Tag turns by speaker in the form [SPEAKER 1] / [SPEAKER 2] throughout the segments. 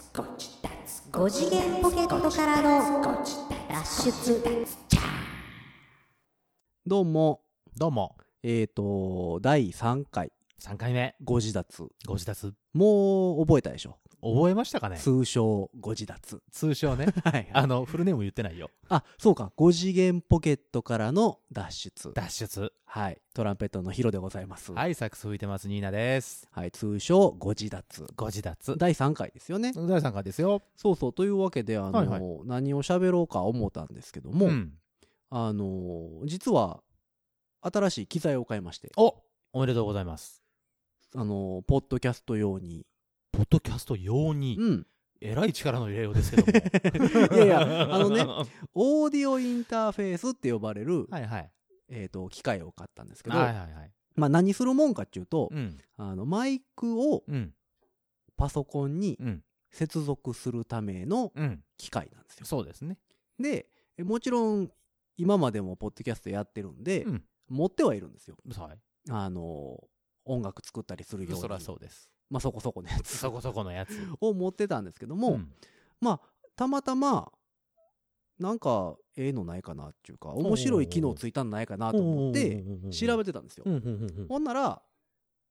[SPEAKER 1] 5次元ポケットからの脱出
[SPEAKER 2] どうも、
[SPEAKER 3] どうも、
[SPEAKER 2] えっ、と、第3回、
[SPEAKER 3] 3回目、
[SPEAKER 2] ご自立。
[SPEAKER 3] ご自立、
[SPEAKER 2] もう覚えたでしょ、
[SPEAKER 3] 覚えましたかね
[SPEAKER 2] 通称、ご自立。
[SPEAKER 3] 通称 ね。
[SPEAKER 2] はい
[SPEAKER 3] あ
[SPEAKER 2] あ
[SPEAKER 3] の、フルネーム言ってないよ。
[SPEAKER 2] あ、そうか、5次元ポケットからの脱出。
[SPEAKER 3] 脱出。
[SPEAKER 2] はい、トランペットのヒロでございます。はい、
[SPEAKER 3] はい、サックス吹いてます、ニーナです。
[SPEAKER 2] 通称、ご自立。
[SPEAKER 3] ご自立。
[SPEAKER 2] 第3回ですよね。
[SPEAKER 3] 第3回ですよ。
[SPEAKER 2] そうそう、というわけで、あの、
[SPEAKER 3] はいはい
[SPEAKER 2] 何を喋ろうか思ったんですけども、
[SPEAKER 3] うん。
[SPEAKER 2] あの、実は、新しい機材を買いまして、
[SPEAKER 3] おおめでとうございます。
[SPEAKER 2] あの、ポッドキャスト用に。
[SPEAKER 3] ポッドキャスト用に、
[SPEAKER 2] うん。
[SPEAKER 3] えらい力の入れようですけども。
[SPEAKER 2] い やいやあのね
[SPEAKER 3] は
[SPEAKER 2] オーディオインターフェースって呼ばれる、
[SPEAKER 3] いはい。
[SPEAKER 2] えー、と機械を買ったんですけど、
[SPEAKER 3] はいはいはい。
[SPEAKER 2] まあ、何するもんかっていうと、
[SPEAKER 3] うん。
[SPEAKER 2] あのマイクを
[SPEAKER 3] うん。
[SPEAKER 2] パソコンに
[SPEAKER 3] うん。
[SPEAKER 2] 接続するための
[SPEAKER 3] うん。
[SPEAKER 2] 機械なんですよ。
[SPEAKER 3] そうですね。
[SPEAKER 2] でえもちろん今までもポッドキャストやってるんで、
[SPEAKER 3] うん
[SPEAKER 2] 持ってはいるんですよ。
[SPEAKER 3] はい。
[SPEAKER 2] あの音楽作ったりするように
[SPEAKER 3] そらそうです。
[SPEAKER 2] まあ、そこそこのやつ
[SPEAKER 3] そこそこのやつ。
[SPEAKER 2] を持ってたんですけども、
[SPEAKER 3] ん
[SPEAKER 2] まあたまたまなんかええのないかなっていうか面白い機能ついたんないかなと思って、調べてたんですよ。
[SPEAKER 3] うんうんうんうん
[SPEAKER 2] ほんなら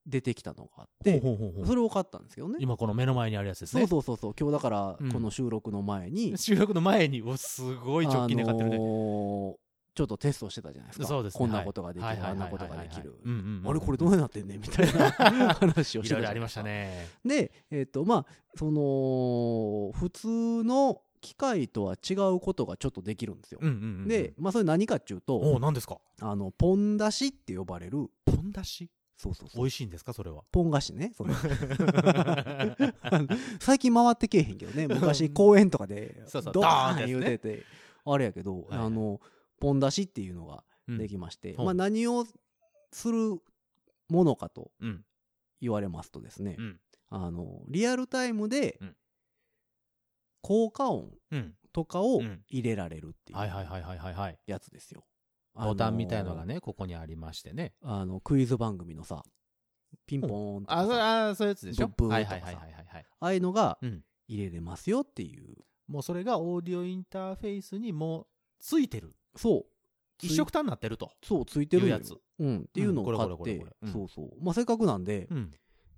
[SPEAKER 2] 出てきたのがあって
[SPEAKER 3] ほうほうほうほ
[SPEAKER 2] そうれを買ったんですけどね。
[SPEAKER 3] 今この目の前にあるやつです
[SPEAKER 2] そう
[SPEAKER 3] ね。
[SPEAKER 2] そうそうそう今日だから
[SPEAKER 3] うん
[SPEAKER 2] この収録の前に、
[SPEAKER 3] 収録の前に、おすごい直近で買ってる
[SPEAKER 2] あの
[SPEAKER 3] ね。
[SPEAKER 2] ーちょっとテストしてたじゃないですか
[SPEAKER 3] そうですね
[SPEAKER 2] こんなことができる、
[SPEAKER 3] はいはい
[SPEAKER 2] あん
[SPEAKER 3] は
[SPEAKER 2] ないこ
[SPEAKER 3] はい
[SPEAKER 2] と
[SPEAKER 3] はい
[SPEAKER 2] が
[SPEAKER 3] は
[SPEAKER 2] で
[SPEAKER 3] い
[SPEAKER 2] きる、
[SPEAKER 3] うんうんうん
[SPEAKER 2] あれこれどうなってんねんみたいな 話をし
[SPEAKER 3] い
[SPEAKER 2] てたじ
[SPEAKER 3] ろいろ
[SPEAKER 2] ゃ
[SPEAKER 3] あ
[SPEAKER 2] な
[SPEAKER 3] り
[SPEAKER 2] いで
[SPEAKER 3] ますし
[SPEAKER 2] か
[SPEAKER 3] たね。
[SPEAKER 2] でえっ、とまあその普通の機械とは違うことがちょっとできるんですよ、
[SPEAKER 3] うんうんうんうん
[SPEAKER 2] で、まあ、それ何かっていう
[SPEAKER 3] お
[SPEAKER 2] と
[SPEAKER 3] お、何ですか
[SPEAKER 2] あのポン出しって呼ばれる
[SPEAKER 3] ポン出し
[SPEAKER 2] そうそうそ
[SPEAKER 3] 美
[SPEAKER 2] う
[SPEAKER 3] 味しいんですかそ れは。
[SPEAKER 2] ポン菓子ねそれあの 最近回ってけえへんけどね昔公園とかで
[SPEAKER 3] そうそう
[SPEAKER 2] ドーンって
[SPEAKER 3] ドー
[SPEAKER 2] 言
[SPEAKER 3] ン
[SPEAKER 2] う
[SPEAKER 3] って
[SPEAKER 2] て
[SPEAKER 3] や
[SPEAKER 2] て、あれやけど、
[SPEAKER 3] はいはい
[SPEAKER 2] あのポン出しっていうのが
[SPEAKER 3] うん
[SPEAKER 2] できまして、
[SPEAKER 3] ほう
[SPEAKER 2] まあ、何をするものかと
[SPEAKER 3] うん。
[SPEAKER 2] 言われますとですね、
[SPEAKER 3] うん。
[SPEAKER 2] あのリアルタイムで
[SPEAKER 3] うん
[SPEAKER 2] 効果音
[SPEAKER 3] うん。
[SPEAKER 2] とかを
[SPEAKER 3] うん
[SPEAKER 2] 入れられるってい
[SPEAKER 3] はいうはいはいはいはいはい。
[SPEAKER 2] やつですよ。あの
[SPEAKER 3] ボタンみたいのがね、ここにありましてね。
[SPEAKER 2] あのクイズ番組のさピンポーンと
[SPEAKER 3] あ、
[SPEAKER 2] か
[SPEAKER 3] そ
[SPEAKER 2] さ
[SPEAKER 3] あそういうやつでしょ
[SPEAKER 2] ブッブー
[SPEAKER 3] はい
[SPEAKER 2] とか
[SPEAKER 3] は
[SPEAKER 2] さ
[SPEAKER 3] いはいはいはいはい。
[SPEAKER 2] ああいうのが
[SPEAKER 3] うん。
[SPEAKER 2] 入れれますよっていう
[SPEAKER 3] もうそれがオーディオインターフェースにもうついてる。
[SPEAKER 2] そう
[SPEAKER 3] 一緒くたになってると。
[SPEAKER 2] そうついてるんよ
[SPEAKER 3] いうやつ
[SPEAKER 2] うん、っていうのを
[SPEAKER 3] うんこれ
[SPEAKER 2] 買
[SPEAKER 3] これ
[SPEAKER 2] っ
[SPEAKER 3] これ
[SPEAKER 2] て
[SPEAKER 3] これうん
[SPEAKER 2] そうそうまあせっかくなんで、
[SPEAKER 3] うん。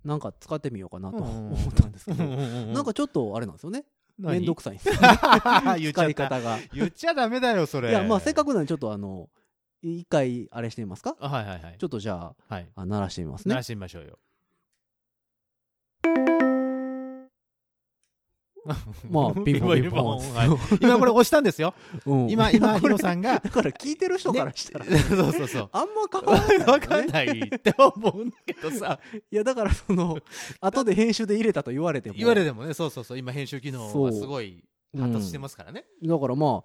[SPEAKER 2] なんか使ってみようかなと
[SPEAKER 3] うん
[SPEAKER 2] 思ったんですけ
[SPEAKER 3] う
[SPEAKER 2] ど、
[SPEAKER 3] うう
[SPEAKER 2] なんかちょっとあれなんですよねめんどくさいんですよね
[SPEAKER 3] 何言っち
[SPEAKER 2] 使
[SPEAKER 3] ゃ
[SPEAKER 2] い
[SPEAKER 3] った。
[SPEAKER 2] 方 がい
[SPEAKER 3] 言っちゃダメだよ、それ。
[SPEAKER 2] やまあせっかくなんでちょっとあの一回あれしてみますか
[SPEAKER 3] あはいはいはい。
[SPEAKER 2] ちょっとじゃ
[SPEAKER 3] はい。
[SPEAKER 2] ああ鳴らしてみます
[SPEAKER 3] 鳴
[SPEAKER 2] ね
[SPEAKER 3] らしてみましょうよ。
[SPEAKER 2] まあピンポンピンポン
[SPEAKER 3] 今はい 今これ押したんですよ。
[SPEAKER 2] うん
[SPEAKER 3] 今、今、ヒロさんが。
[SPEAKER 2] だから聞いてる人からしたら、
[SPEAKER 3] ねそうそうそう。
[SPEAKER 2] あんま変わらない、ね、
[SPEAKER 3] わかんないって思うんだけどさ、
[SPEAKER 2] いやだからそ の後で編集で入れたと言われても
[SPEAKER 3] 言われてもね、そうそうそう、今編集機能はすごい発達してますからね。
[SPEAKER 2] だからまあ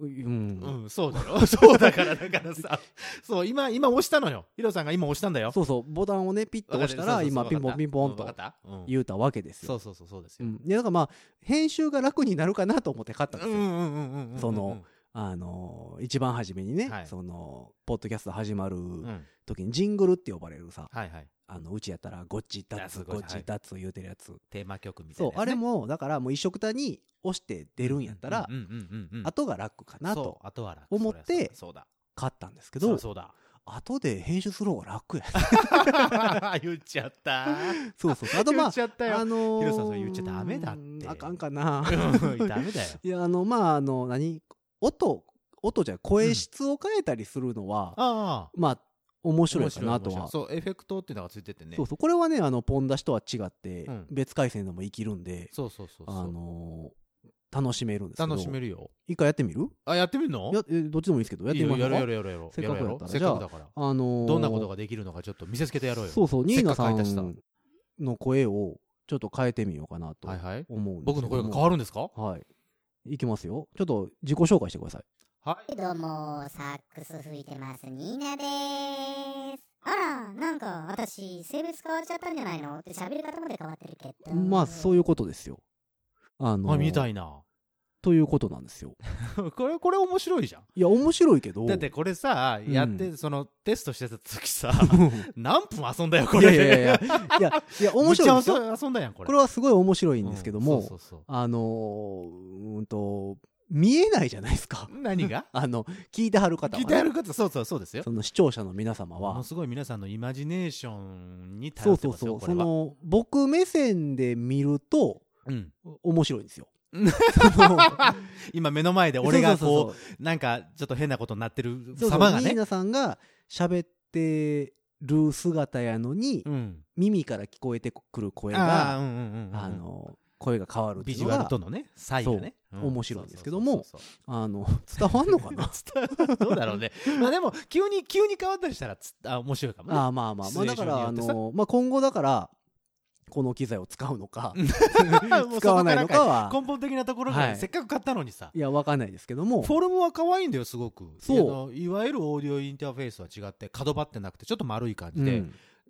[SPEAKER 2] うん、
[SPEAKER 3] うん、そうだろ。 そうだから、だからさ、そう、今、今押したのよ。ヒロさんが今押したんだよ。
[SPEAKER 2] そうそうボタンをねピッと押したら今ピンポンピンポンと
[SPEAKER 3] わかったうん
[SPEAKER 2] 言うたわけです
[SPEAKER 3] そ
[SPEAKER 2] よ
[SPEAKER 3] うそうそう、そうです
[SPEAKER 2] う
[SPEAKER 3] よ。
[SPEAKER 2] ん、いやだからまあ編集が楽になるかなと思って買ったんです
[SPEAKER 3] う
[SPEAKER 2] よ、
[SPEAKER 3] んうんうんうんうんうん
[SPEAKER 2] その、あのー一番初めにね、
[SPEAKER 3] はい
[SPEAKER 2] そのポッドキャスト始まる
[SPEAKER 3] うん、
[SPEAKER 2] 時にジングルって呼ばれるさ、
[SPEAKER 3] はいはい。
[SPEAKER 2] あのうちやったらごっちだつ
[SPEAKER 3] あすごい
[SPEAKER 2] ごっちだつ言うてるやつ、
[SPEAKER 3] テーマ曲みたい
[SPEAKER 2] そう
[SPEAKER 3] なやつね。
[SPEAKER 2] あれもだからもう一色たに押して出るんやったら、
[SPEAKER 3] うんうんうんうんうん、
[SPEAKER 2] 後が楽かなと
[SPEAKER 3] そう後は楽
[SPEAKER 2] 思って
[SPEAKER 3] そうだ
[SPEAKER 2] 買ったんですけ
[SPEAKER 3] そう
[SPEAKER 2] ど
[SPEAKER 3] だそうだ
[SPEAKER 2] 後で編集する方が 楽や
[SPEAKER 3] 言っちゃった
[SPEAKER 2] そうそうそうあとまあ
[SPEAKER 3] 言 っちゃったよ
[SPEAKER 2] あのー、
[SPEAKER 3] ヒロさんそれ言っちゃダメだって
[SPEAKER 2] うんあかんかな
[SPEAKER 3] うんダメだよ
[SPEAKER 2] いやあのまああの何音音じゃない声質を変えたりするのは、
[SPEAKER 3] ああ
[SPEAKER 2] まあ面白
[SPEAKER 3] 面
[SPEAKER 2] いかなとは
[SPEAKER 3] 白い面白いそうエフェクトっていうのがついててね
[SPEAKER 2] そうそうこれはねあのポン出しとは違って、
[SPEAKER 3] うん
[SPEAKER 2] 別回線でも生きるんで、
[SPEAKER 3] そうそうそうそう
[SPEAKER 2] あのー楽しめるんですけど
[SPEAKER 3] 楽しめ
[SPEAKER 2] る
[SPEAKER 3] るよ
[SPEAKER 2] 一回やってみる
[SPEAKER 3] あやってみるの
[SPEAKER 2] いやえどっちでもいいですけどやっ
[SPEAKER 3] い
[SPEAKER 2] て
[SPEAKER 3] い
[SPEAKER 2] みま
[SPEAKER 3] よ
[SPEAKER 2] すか
[SPEAKER 3] やろうやろうやろうやろう
[SPEAKER 2] せっかくやったら
[SPEAKER 3] やろうやろうせっかくだから
[SPEAKER 2] あのー
[SPEAKER 3] どんなことができるのかちょっと見せつけてやろうよ
[SPEAKER 2] そうそうニ
[SPEAKER 3] せ
[SPEAKER 2] ー
[SPEAKER 3] っ
[SPEAKER 2] ナ
[SPEAKER 3] かく
[SPEAKER 2] さ
[SPEAKER 3] 書いたしさ
[SPEAKER 2] んの声をちょっと変えてみようかなと
[SPEAKER 3] はいはい
[SPEAKER 2] 思うんです
[SPEAKER 3] 僕の声が変
[SPEAKER 2] わ
[SPEAKER 3] わるんですか
[SPEAKER 2] はいいきますよちょっと自己紹介してください
[SPEAKER 3] はい
[SPEAKER 1] どうもサックス吹いてますニーナですあらなんか私性別変わっちゃったんじゃないのって喋り方まで変わってるけど
[SPEAKER 2] まあそういうことですよ。あの
[SPEAKER 3] あみたいな
[SPEAKER 2] ということなんですよ。
[SPEAKER 3] これ、これ面白いじゃん。
[SPEAKER 2] いや、面白いけど。
[SPEAKER 3] だってこれさ、
[SPEAKER 2] うん
[SPEAKER 3] やって、その、テストしてた 時さ、
[SPEAKER 2] い
[SPEAKER 3] 何分遊んだよ、こ
[SPEAKER 2] や
[SPEAKER 3] れ。
[SPEAKER 2] いやいやい や、いや、いや面白い
[SPEAKER 3] め
[SPEAKER 2] で
[SPEAKER 3] っ
[SPEAKER 2] す
[SPEAKER 3] ち
[SPEAKER 2] よ。
[SPEAKER 3] ゃ遊んだやん、これ。
[SPEAKER 2] これはすごい面白いんですけども、
[SPEAKER 3] うんそうそうそ
[SPEAKER 2] あのー、うーんと、見えないじゃないですか
[SPEAKER 3] う。何が
[SPEAKER 2] あの、聞いてはる 方は
[SPEAKER 3] ギ
[SPEAKER 2] ね、
[SPEAKER 3] ターやる方、そうそうそうですよ。
[SPEAKER 2] その視聴者の皆様
[SPEAKER 3] もの
[SPEAKER 2] は、
[SPEAKER 3] すごい皆さんのイマジネーションに頼
[SPEAKER 2] そう
[SPEAKER 3] って
[SPEAKER 2] そう
[SPEAKER 3] ます
[SPEAKER 2] そ
[SPEAKER 3] よ、
[SPEAKER 2] う、
[SPEAKER 3] これ
[SPEAKER 2] そ
[SPEAKER 3] は。
[SPEAKER 2] の、僕目線で見ると、
[SPEAKER 3] うん、
[SPEAKER 2] 面白いんですよ。
[SPEAKER 3] 今目の前で俺
[SPEAKER 2] そ
[SPEAKER 3] が
[SPEAKER 2] うそうそう
[SPEAKER 3] こうなんかちょっと変なことになってる
[SPEAKER 2] そうそう
[SPEAKER 3] 様が
[SPEAKER 2] ニー
[SPEAKER 3] ね
[SPEAKER 2] ナさんが喋ってる姿やのに、
[SPEAKER 3] うん
[SPEAKER 2] 耳から聞こえてくる声
[SPEAKER 3] ああ
[SPEAKER 2] が、
[SPEAKER 3] うんうんうんうん
[SPEAKER 2] あの、声が変わるって
[SPEAKER 3] ビ
[SPEAKER 2] いう
[SPEAKER 3] ジ
[SPEAKER 2] の
[SPEAKER 3] ュアル
[SPEAKER 2] が
[SPEAKER 3] と、のね差異がね
[SPEAKER 2] そうん面白いんですけども
[SPEAKER 3] そうそう
[SPEAKER 2] あの、 伝わんのかな
[SPEAKER 3] そうそう伝わ どうだろうねまあでも急に急に変わったりしたらつあ面白いかもね
[SPEAKER 2] ああまあまあまあだからあ
[SPEAKER 3] シチュエーションによって
[SPEAKER 2] の、まあ、今後だからこの機材を使うのか
[SPEAKER 3] もうそこ
[SPEAKER 2] 使わないのか
[SPEAKER 3] から
[SPEAKER 2] は
[SPEAKER 3] 根本的なところから
[SPEAKER 2] はい
[SPEAKER 3] せっかく買ったのにさ
[SPEAKER 2] いやわかんないですけども
[SPEAKER 3] フォルムは可愛いんだよすごく
[SPEAKER 2] そう
[SPEAKER 3] あのいわゆるオーディオインターフェースは違って角張ってなくてちょっと丸い感
[SPEAKER 2] う
[SPEAKER 3] じ
[SPEAKER 2] ん
[SPEAKER 3] で、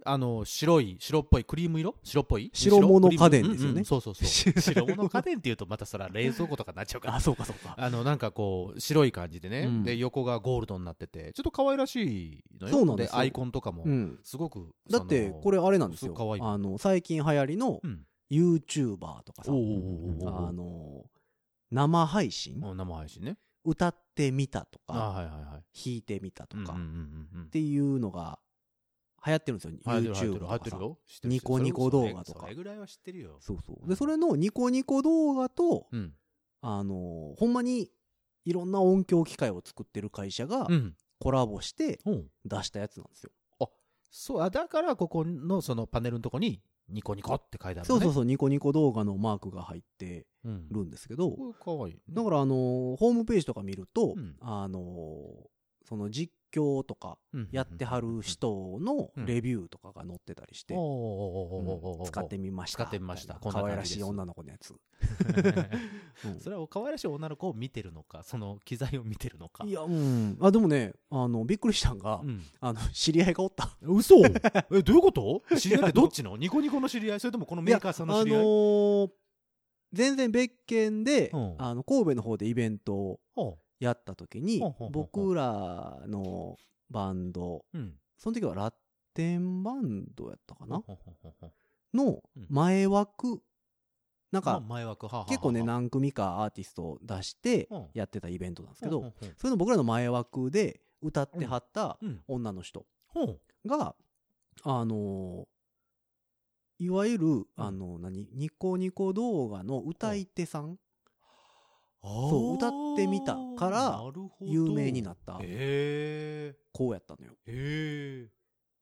[SPEAKER 3] あの白い白っぽいクリーム色白っぽい
[SPEAKER 2] 白物家電
[SPEAKER 3] 白
[SPEAKER 2] ですよね
[SPEAKER 3] うんうんそうそ うそう白物家電っていうとまたそら冷蔵庫とかになっちゃうから
[SPEAKER 2] あそうかそうか
[SPEAKER 3] あのなんかこう白い感じでね、
[SPEAKER 2] うん
[SPEAKER 3] で横がゴールドになっててちょっと可愛らしいのよ
[SPEAKER 2] そうなんですよ
[SPEAKER 3] アイコンとかも
[SPEAKER 2] うん
[SPEAKER 3] すごく
[SPEAKER 2] だってこ
[SPEAKER 3] れ
[SPEAKER 2] れあれなんですよ
[SPEAKER 3] すごい可愛い
[SPEAKER 2] あの最近流行りの
[SPEAKER 3] うん
[SPEAKER 2] YouTuber とかさ
[SPEAKER 3] おうおうおうおう
[SPEAKER 2] あの生配信
[SPEAKER 3] 生配信ね
[SPEAKER 2] 歌ってみたと
[SPEAKER 3] あ
[SPEAKER 2] か
[SPEAKER 3] はいはいはい
[SPEAKER 2] 弾いてみたと
[SPEAKER 3] うんうん
[SPEAKER 2] か
[SPEAKER 3] うん
[SPEAKER 2] っ
[SPEAKER 3] うんうん
[SPEAKER 2] ていうのが流行ってるんですよ
[SPEAKER 3] 入ってる入って
[SPEAKER 2] YouTube
[SPEAKER 3] る
[SPEAKER 2] と
[SPEAKER 3] 入っ
[SPEAKER 2] か
[SPEAKER 3] て
[SPEAKER 2] さ
[SPEAKER 3] るよ知ってる知ってる
[SPEAKER 2] ニコニコ動画とか
[SPEAKER 3] それそれぐらいは知ってるよ
[SPEAKER 2] そうそうでそれのニコニコ動画と
[SPEAKER 3] うん
[SPEAKER 2] あのほんまにいろんな音響機械を作ってる会社が
[SPEAKER 3] うん
[SPEAKER 2] コラボして
[SPEAKER 3] ほう
[SPEAKER 2] 出したやつなんですよ。
[SPEAKER 3] そうあだからここのそのパネルのとこにニコニコって書いてある
[SPEAKER 2] そ
[SPEAKER 3] の
[SPEAKER 2] う
[SPEAKER 3] ね
[SPEAKER 2] そうそう、ニコニコ動画のマークが入って
[SPEAKER 3] うん
[SPEAKER 2] るんですけど、
[SPEAKER 3] これ可愛いね
[SPEAKER 2] だからあのホームページとか見ると、
[SPEAKER 3] うん
[SPEAKER 2] あのその実況とか
[SPEAKER 3] うん
[SPEAKER 2] やってはる人のレビューとかが載ってたりして、
[SPEAKER 3] おーおーおーおーおーおー
[SPEAKER 2] うん使ってみました。
[SPEAKER 3] 使ってみました
[SPEAKER 2] みいな
[SPEAKER 3] こん
[SPEAKER 2] 可
[SPEAKER 3] な
[SPEAKER 2] 愛
[SPEAKER 3] 感
[SPEAKER 2] ら
[SPEAKER 3] じ
[SPEAKER 2] し
[SPEAKER 3] です
[SPEAKER 2] い女の子のやつ。うん
[SPEAKER 3] それは可愛らしい女の子を見てるのか、その機材を見てるのか。
[SPEAKER 2] いや、うん。あ、でもね、あの、びっくりしたんが、
[SPEAKER 3] うん。
[SPEAKER 2] あの、知り合いがおった。
[SPEAKER 3] 嘘 え、どういうこと知り合いってどっちのニコニコの知り合いそれともこのメーカーさんの知り合
[SPEAKER 2] あ
[SPEAKER 3] い
[SPEAKER 2] のー全然別件で、
[SPEAKER 3] うん
[SPEAKER 2] あの神戸の方でイベントを
[SPEAKER 3] ほ
[SPEAKER 2] やった時に、
[SPEAKER 3] ほうほうほうほう
[SPEAKER 2] 僕らのバンド
[SPEAKER 3] ううん。
[SPEAKER 2] その時はラテンバンドやったかな
[SPEAKER 3] ほうほうほうほう
[SPEAKER 2] の
[SPEAKER 3] うん
[SPEAKER 2] 前枠なん
[SPEAKER 3] まあ
[SPEAKER 2] か
[SPEAKER 3] 前枠、はあはあはあ
[SPEAKER 2] 結構ね、何組かアーティストを出して
[SPEAKER 3] うん
[SPEAKER 2] やってたイベントなんですけ
[SPEAKER 3] ほう
[SPEAKER 2] ど
[SPEAKER 3] ほうほう
[SPEAKER 2] それの僕らの前枠で歌ってはった
[SPEAKER 3] うん。
[SPEAKER 2] 女の人
[SPEAKER 3] ほう。
[SPEAKER 2] があのーいわゆる、あの何ニコニコ動画の歌い手さんそう歌ってみたから有名にな
[SPEAKER 3] っ
[SPEAKER 2] った
[SPEAKER 3] たへ
[SPEAKER 2] 子やったのよ。
[SPEAKER 3] え。へえ。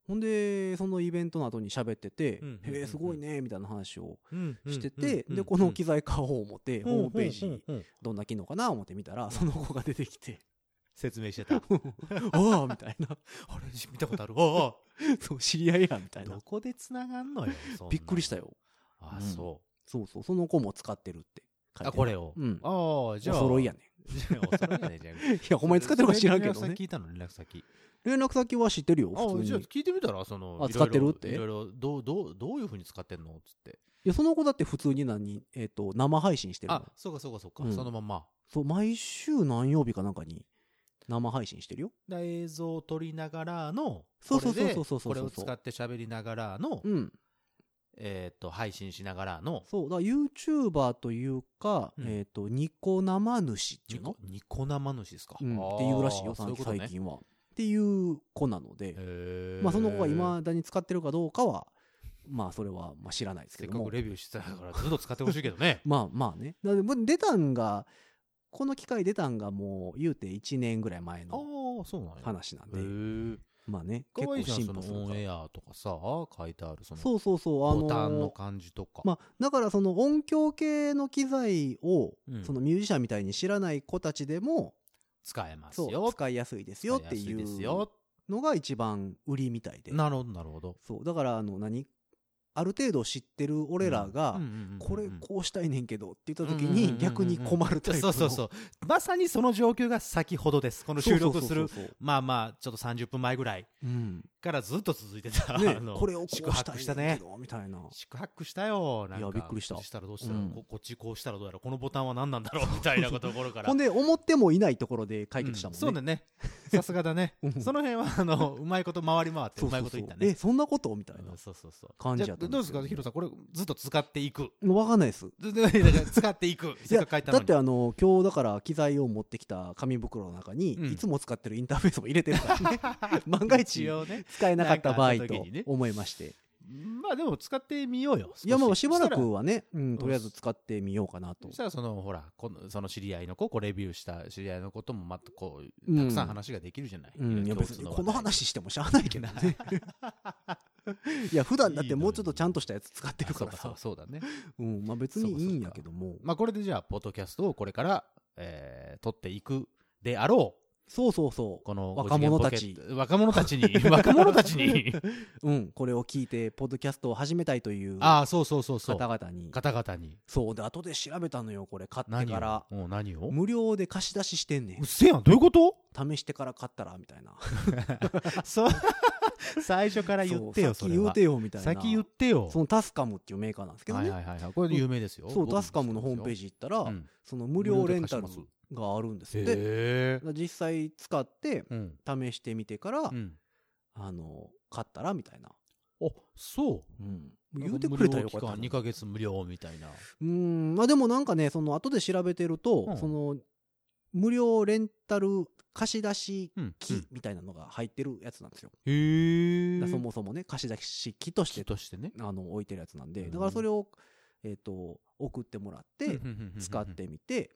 [SPEAKER 2] ほんでそのイベントの後に喋ってて
[SPEAKER 3] うん
[SPEAKER 2] 「へえすごいね」みたいな話を
[SPEAKER 3] うんうん
[SPEAKER 2] してて
[SPEAKER 3] うん
[SPEAKER 2] でこの機材買おう思って
[SPEAKER 3] うん
[SPEAKER 2] ホームペー
[SPEAKER 3] うんうん
[SPEAKER 2] ジ
[SPEAKER 3] うんうん
[SPEAKER 2] どんな機能かな思って見たらその子が出てき て
[SPEAKER 3] 説明し てた。あ
[SPEAKER 2] 「ああ」みたいな
[SPEAKER 3] れ、見たことある。ああ。
[SPEAKER 2] そう知り合いやみたいな
[SPEAKER 3] どこでつながんのよ。そんな
[SPEAKER 2] びっくりした。よ
[SPEAKER 3] あ、
[SPEAKER 2] うん
[SPEAKER 3] そ
[SPEAKER 2] そうそうその子も使ってるって書い
[SPEAKER 3] う。
[SPEAKER 2] て
[SPEAKER 3] あ、これを。
[SPEAKER 2] うん
[SPEAKER 3] ああ、じゃ
[SPEAKER 2] お
[SPEAKER 3] あ。
[SPEAKER 2] 揃いやね
[SPEAKER 3] じゃあ。お揃いやねじゃ
[SPEAKER 2] ん いやほんまに使ってるか知らんけど
[SPEAKER 3] 連
[SPEAKER 2] ね
[SPEAKER 3] 絡先聞いたの、連絡先。
[SPEAKER 2] 連絡先は知ってるよ
[SPEAKER 3] あ
[SPEAKER 2] 普
[SPEAKER 3] じ
[SPEAKER 2] 通
[SPEAKER 3] ゃあ
[SPEAKER 2] にい
[SPEAKER 3] 聞いてみたら、その、
[SPEAKER 2] あ
[SPEAKER 3] いろいろ
[SPEAKER 2] 使ってるって
[SPEAKER 3] いろいろ、どう、どう、どういうふうに使ってんのつって。
[SPEAKER 2] やその子だって普通に何えっと生配信してる
[SPEAKER 3] あ
[SPEAKER 2] の、
[SPEAKER 3] そうかそうかそう
[SPEAKER 2] う
[SPEAKER 3] か。
[SPEAKER 2] ん
[SPEAKER 3] そのまんま。
[SPEAKER 2] そう毎週何曜日かなんかに生配信してるよ
[SPEAKER 3] だ映像を撮りながらの、
[SPEAKER 2] そうそうそう
[SPEAKER 3] これで
[SPEAKER 2] そうそうそう
[SPEAKER 3] これを使って喋りながらの
[SPEAKER 2] う、ん
[SPEAKER 3] えっと、配信しながらの、
[SPEAKER 2] そう、だから YouTuber というか、
[SPEAKER 3] うん
[SPEAKER 2] えっ、と、ニコ生主ってい
[SPEAKER 3] ニ
[SPEAKER 2] うの
[SPEAKER 3] コ、ニコ生主ですか。
[SPEAKER 2] うん
[SPEAKER 3] あー
[SPEAKER 2] っていうらしいよ、
[SPEAKER 3] そういうことね
[SPEAKER 2] 最。近は。っていう子なので、
[SPEAKER 3] へー
[SPEAKER 2] まあ、その子が未だに使ってるかどうかは、まあ、それはまあ知らないです
[SPEAKER 3] せ
[SPEAKER 2] け
[SPEAKER 3] っ
[SPEAKER 2] ど
[SPEAKER 3] か
[SPEAKER 2] も。
[SPEAKER 3] く。レビューしてたから、ずっと使ってほしいけどね
[SPEAKER 2] まあまあね。だからまあ出たんが、この機械出たんがもう、言うて1年ぐらい前
[SPEAKER 3] あ
[SPEAKER 2] の
[SPEAKER 3] あ、そうなんや。
[SPEAKER 2] 話なん
[SPEAKER 3] へ
[SPEAKER 2] で、
[SPEAKER 3] ー
[SPEAKER 2] まあね、
[SPEAKER 3] か
[SPEAKER 2] 結
[SPEAKER 3] わ
[SPEAKER 2] 構
[SPEAKER 3] いいじゃん
[SPEAKER 2] 進
[SPEAKER 3] そ
[SPEAKER 2] 歩
[SPEAKER 3] の
[SPEAKER 2] する
[SPEAKER 3] オ
[SPEAKER 2] か
[SPEAKER 3] ンエ
[SPEAKER 2] ら。
[SPEAKER 3] アとかさ書いてあるその
[SPEAKER 2] そうそうそう、あのー
[SPEAKER 3] ボタンの感じとか、
[SPEAKER 2] まあ、だからその音響系の機材を、
[SPEAKER 3] うん
[SPEAKER 2] そのミュージシャンみたいに知らない子たちでも、
[SPEAKER 3] 使えます
[SPEAKER 2] そう
[SPEAKER 3] よ
[SPEAKER 2] 使いやすいですよって
[SPEAKER 3] 使
[SPEAKER 2] い
[SPEAKER 3] やすです
[SPEAKER 2] う
[SPEAKER 3] よ
[SPEAKER 2] のが一番売りみたいで
[SPEAKER 3] なるほどなるほど
[SPEAKER 2] そうだからあの何ある程度知ってる俺らが、これこうしたいねんけどって言った時に逆に困るタイプ
[SPEAKER 3] そ
[SPEAKER 2] の
[SPEAKER 3] うそうそうまさにその状況が先ほどですこの収録する
[SPEAKER 2] そうそうそうそう
[SPEAKER 3] まあまあちょっと30分前ぐらい
[SPEAKER 2] うん
[SPEAKER 3] からずっと続いてた、
[SPEAKER 2] ね
[SPEAKER 3] あの
[SPEAKER 2] これをこう
[SPEAKER 3] 宿
[SPEAKER 2] した
[SPEAKER 3] 泊
[SPEAKER 2] い
[SPEAKER 3] した
[SPEAKER 2] ねん
[SPEAKER 3] ね
[SPEAKER 2] けどみたいな
[SPEAKER 3] 宿泊したよなんか
[SPEAKER 2] いやびっくりした
[SPEAKER 3] こっちしたらどうしたら、
[SPEAKER 2] うん
[SPEAKER 3] ここっちこうしたらどうやらこのボタンは何なんだろうみたいなこと ころから
[SPEAKER 2] ほんで思ってもいないところで解決したもんね、
[SPEAKER 3] うんそうだねさすがだね
[SPEAKER 2] うん
[SPEAKER 3] その辺はあのうまいこと回り回って
[SPEAKER 2] そうう
[SPEAKER 3] ま
[SPEAKER 2] そ
[SPEAKER 3] いう
[SPEAKER 2] そ
[SPEAKER 3] こと
[SPEAKER 2] う
[SPEAKER 3] 言った
[SPEAKER 2] え
[SPEAKER 3] ね
[SPEAKER 2] そんなことみたいな
[SPEAKER 3] うんそうそうそう
[SPEAKER 2] 感じやったん
[SPEAKER 3] どう
[SPEAKER 2] で
[SPEAKER 3] ですす
[SPEAKER 2] よ
[SPEAKER 3] か
[SPEAKER 2] ね
[SPEAKER 3] ヒロさんこれずっと使っていく
[SPEAKER 2] わかんないです
[SPEAKER 3] ず だから使っていく
[SPEAKER 2] い
[SPEAKER 3] せっ
[SPEAKER 2] や
[SPEAKER 3] かく書い
[SPEAKER 2] だ
[SPEAKER 3] たの
[SPEAKER 2] っ
[SPEAKER 3] に
[SPEAKER 2] てあの今日だから機材を持ってきた紙袋の中に、
[SPEAKER 3] うん
[SPEAKER 2] いつも使ってるインターフェースも入れてるから ね万が一
[SPEAKER 3] 一応ね
[SPEAKER 2] 使えなかった場合
[SPEAKER 3] なんかあった
[SPEAKER 2] と
[SPEAKER 3] 時にね
[SPEAKER 2] 思いまして、
[SPEAKER 3] まあでも使ってみようよ
[SPEAKER 2] いやまあ
[SPEAKER 3] 少
[SPEAKER 2] しばらく
[SPEAKER 3] そ
[SPEAKER 2] はね、う
[SPEAKER 3] うん
[SPEAKER 2] ん、とりあえず使ってみようかなと
[SPEAKER 3] したらそのほらこのその知り合いの子こうレビューした知り合いのこともまたこ
[SPEAKER 2] う
[SPEAKER 3] うんたくさん話ができるじゃない、
[SPEAKER 2] うん、いや
[SPEAKER 3] 共
[SPEAKER 2] 別
[SPEAKER 3] 通
[SPEAKER 2] に
[SPEAKER 3] 話題
[SPEAKER 2] この話してもしゃあないけどねいや普段だってもうちょっとちゃんとしたやつ使ってる
[SPEAKER 3] あそ
[SPEAKER 2] か
[SPEAKER 3] う
[SPEAKER 2] ら
[SPEAKER 3] かそう
[SPEAKER 2] さ
[SPEAKER 3] かそうだね
[SPEAKER 2] うんまあ別にいいんやけども
[SPEAKER 3] まあこれでじゃあポッドキャストをこれから、えー、撮っていくであろう
[SPEAKER 2] そうそうそ
[SPEAKER 3] この
[SPEAKER 2] 若者たち
[SPEAKER 3] 五次元ポケット若者たち に若者たちに
[SPEAKER 2] ううんこれを聞いてポッドキャストを始めたいという
[SPEAKER 3] あ
[SPEAKER 2] 方
[SPEAKER 3] あそうそうそうそう
[SPEAKER 2] 々に
[SPEAKER 3] 方々に
[SPEAKER 2] そうで後で調べたのよこれ買って
[SPEAKER 3] 何
[SPEAKER 2] か
[SPEAKER 3] を
[SPEAKER 2] ら
[SPEAKER 3] うん何を
[SPEAKER 2] 無料で貸し出ししてんね
[SPEAKER 3] うっせえやんどういうこと
[SPEAKER 2] ん試してから買ったらみたいな
[SPEAKER 3] そう最初から言ってよ
[SPEAKER 2] そ
[SPEAKER 3] そう
[SPEAKER 2] 先
[SPEAKER 3] れ
[SPEAKER 2] 言う
[SPEAKER 3] は
[SPEAKER 2] てよみたいな
[SPEAKER 3] 先言ってよ
[SPEAKER 2] そのタスカムっていうメーカーなんですけど
[SPEAKER 3] はい
[SPEAKER 2] ね
[SPEAKER 3] はいはいはいこれ有名ですよ
[SPEAKER 2] そうタスカムのホームペー
[SPEAKER 3] ジ
[SPEAKER 2] ジ行ったらその無料レンタル
[SPEAKER 3] へ
[SPEAKER 2] があるんですって
[SPEAKER 3] え
[SPEAKER 2] 実際使って
[SPEAKER 3] うん
[SPEAKER 2] 試してみてから、
[SPEAKER 3] うん
[SPEAKER 2] あの買ったらみたいな、
[SPEAKER 3] あそう
[SPEAKER 2] うん、言うてくれたらよかったな
[SPEAKER 3] 2ヶ月無料みたいな
[SPEAKER 2] うんまあでもなんかねその後で調べてると、
[SPEAKER 3] うん
[SPEAKER 2] その無料レンタル貸し出し
[SPEAKER 3] うん
[SPEAKER 2] 機みたいなのが入ってるやつなんですよ、だ
[SPEAKER 3] へえ
[SPEAKER 2] からそもそもね貸し出し機として
[SPEAKER 3] としてね
[SPEAKER 2] あの置いてるやつなんで
[SPEAKER 3] うん
[SPEAKER 2] だからそれを、えー、と送ってもらって使ってみて、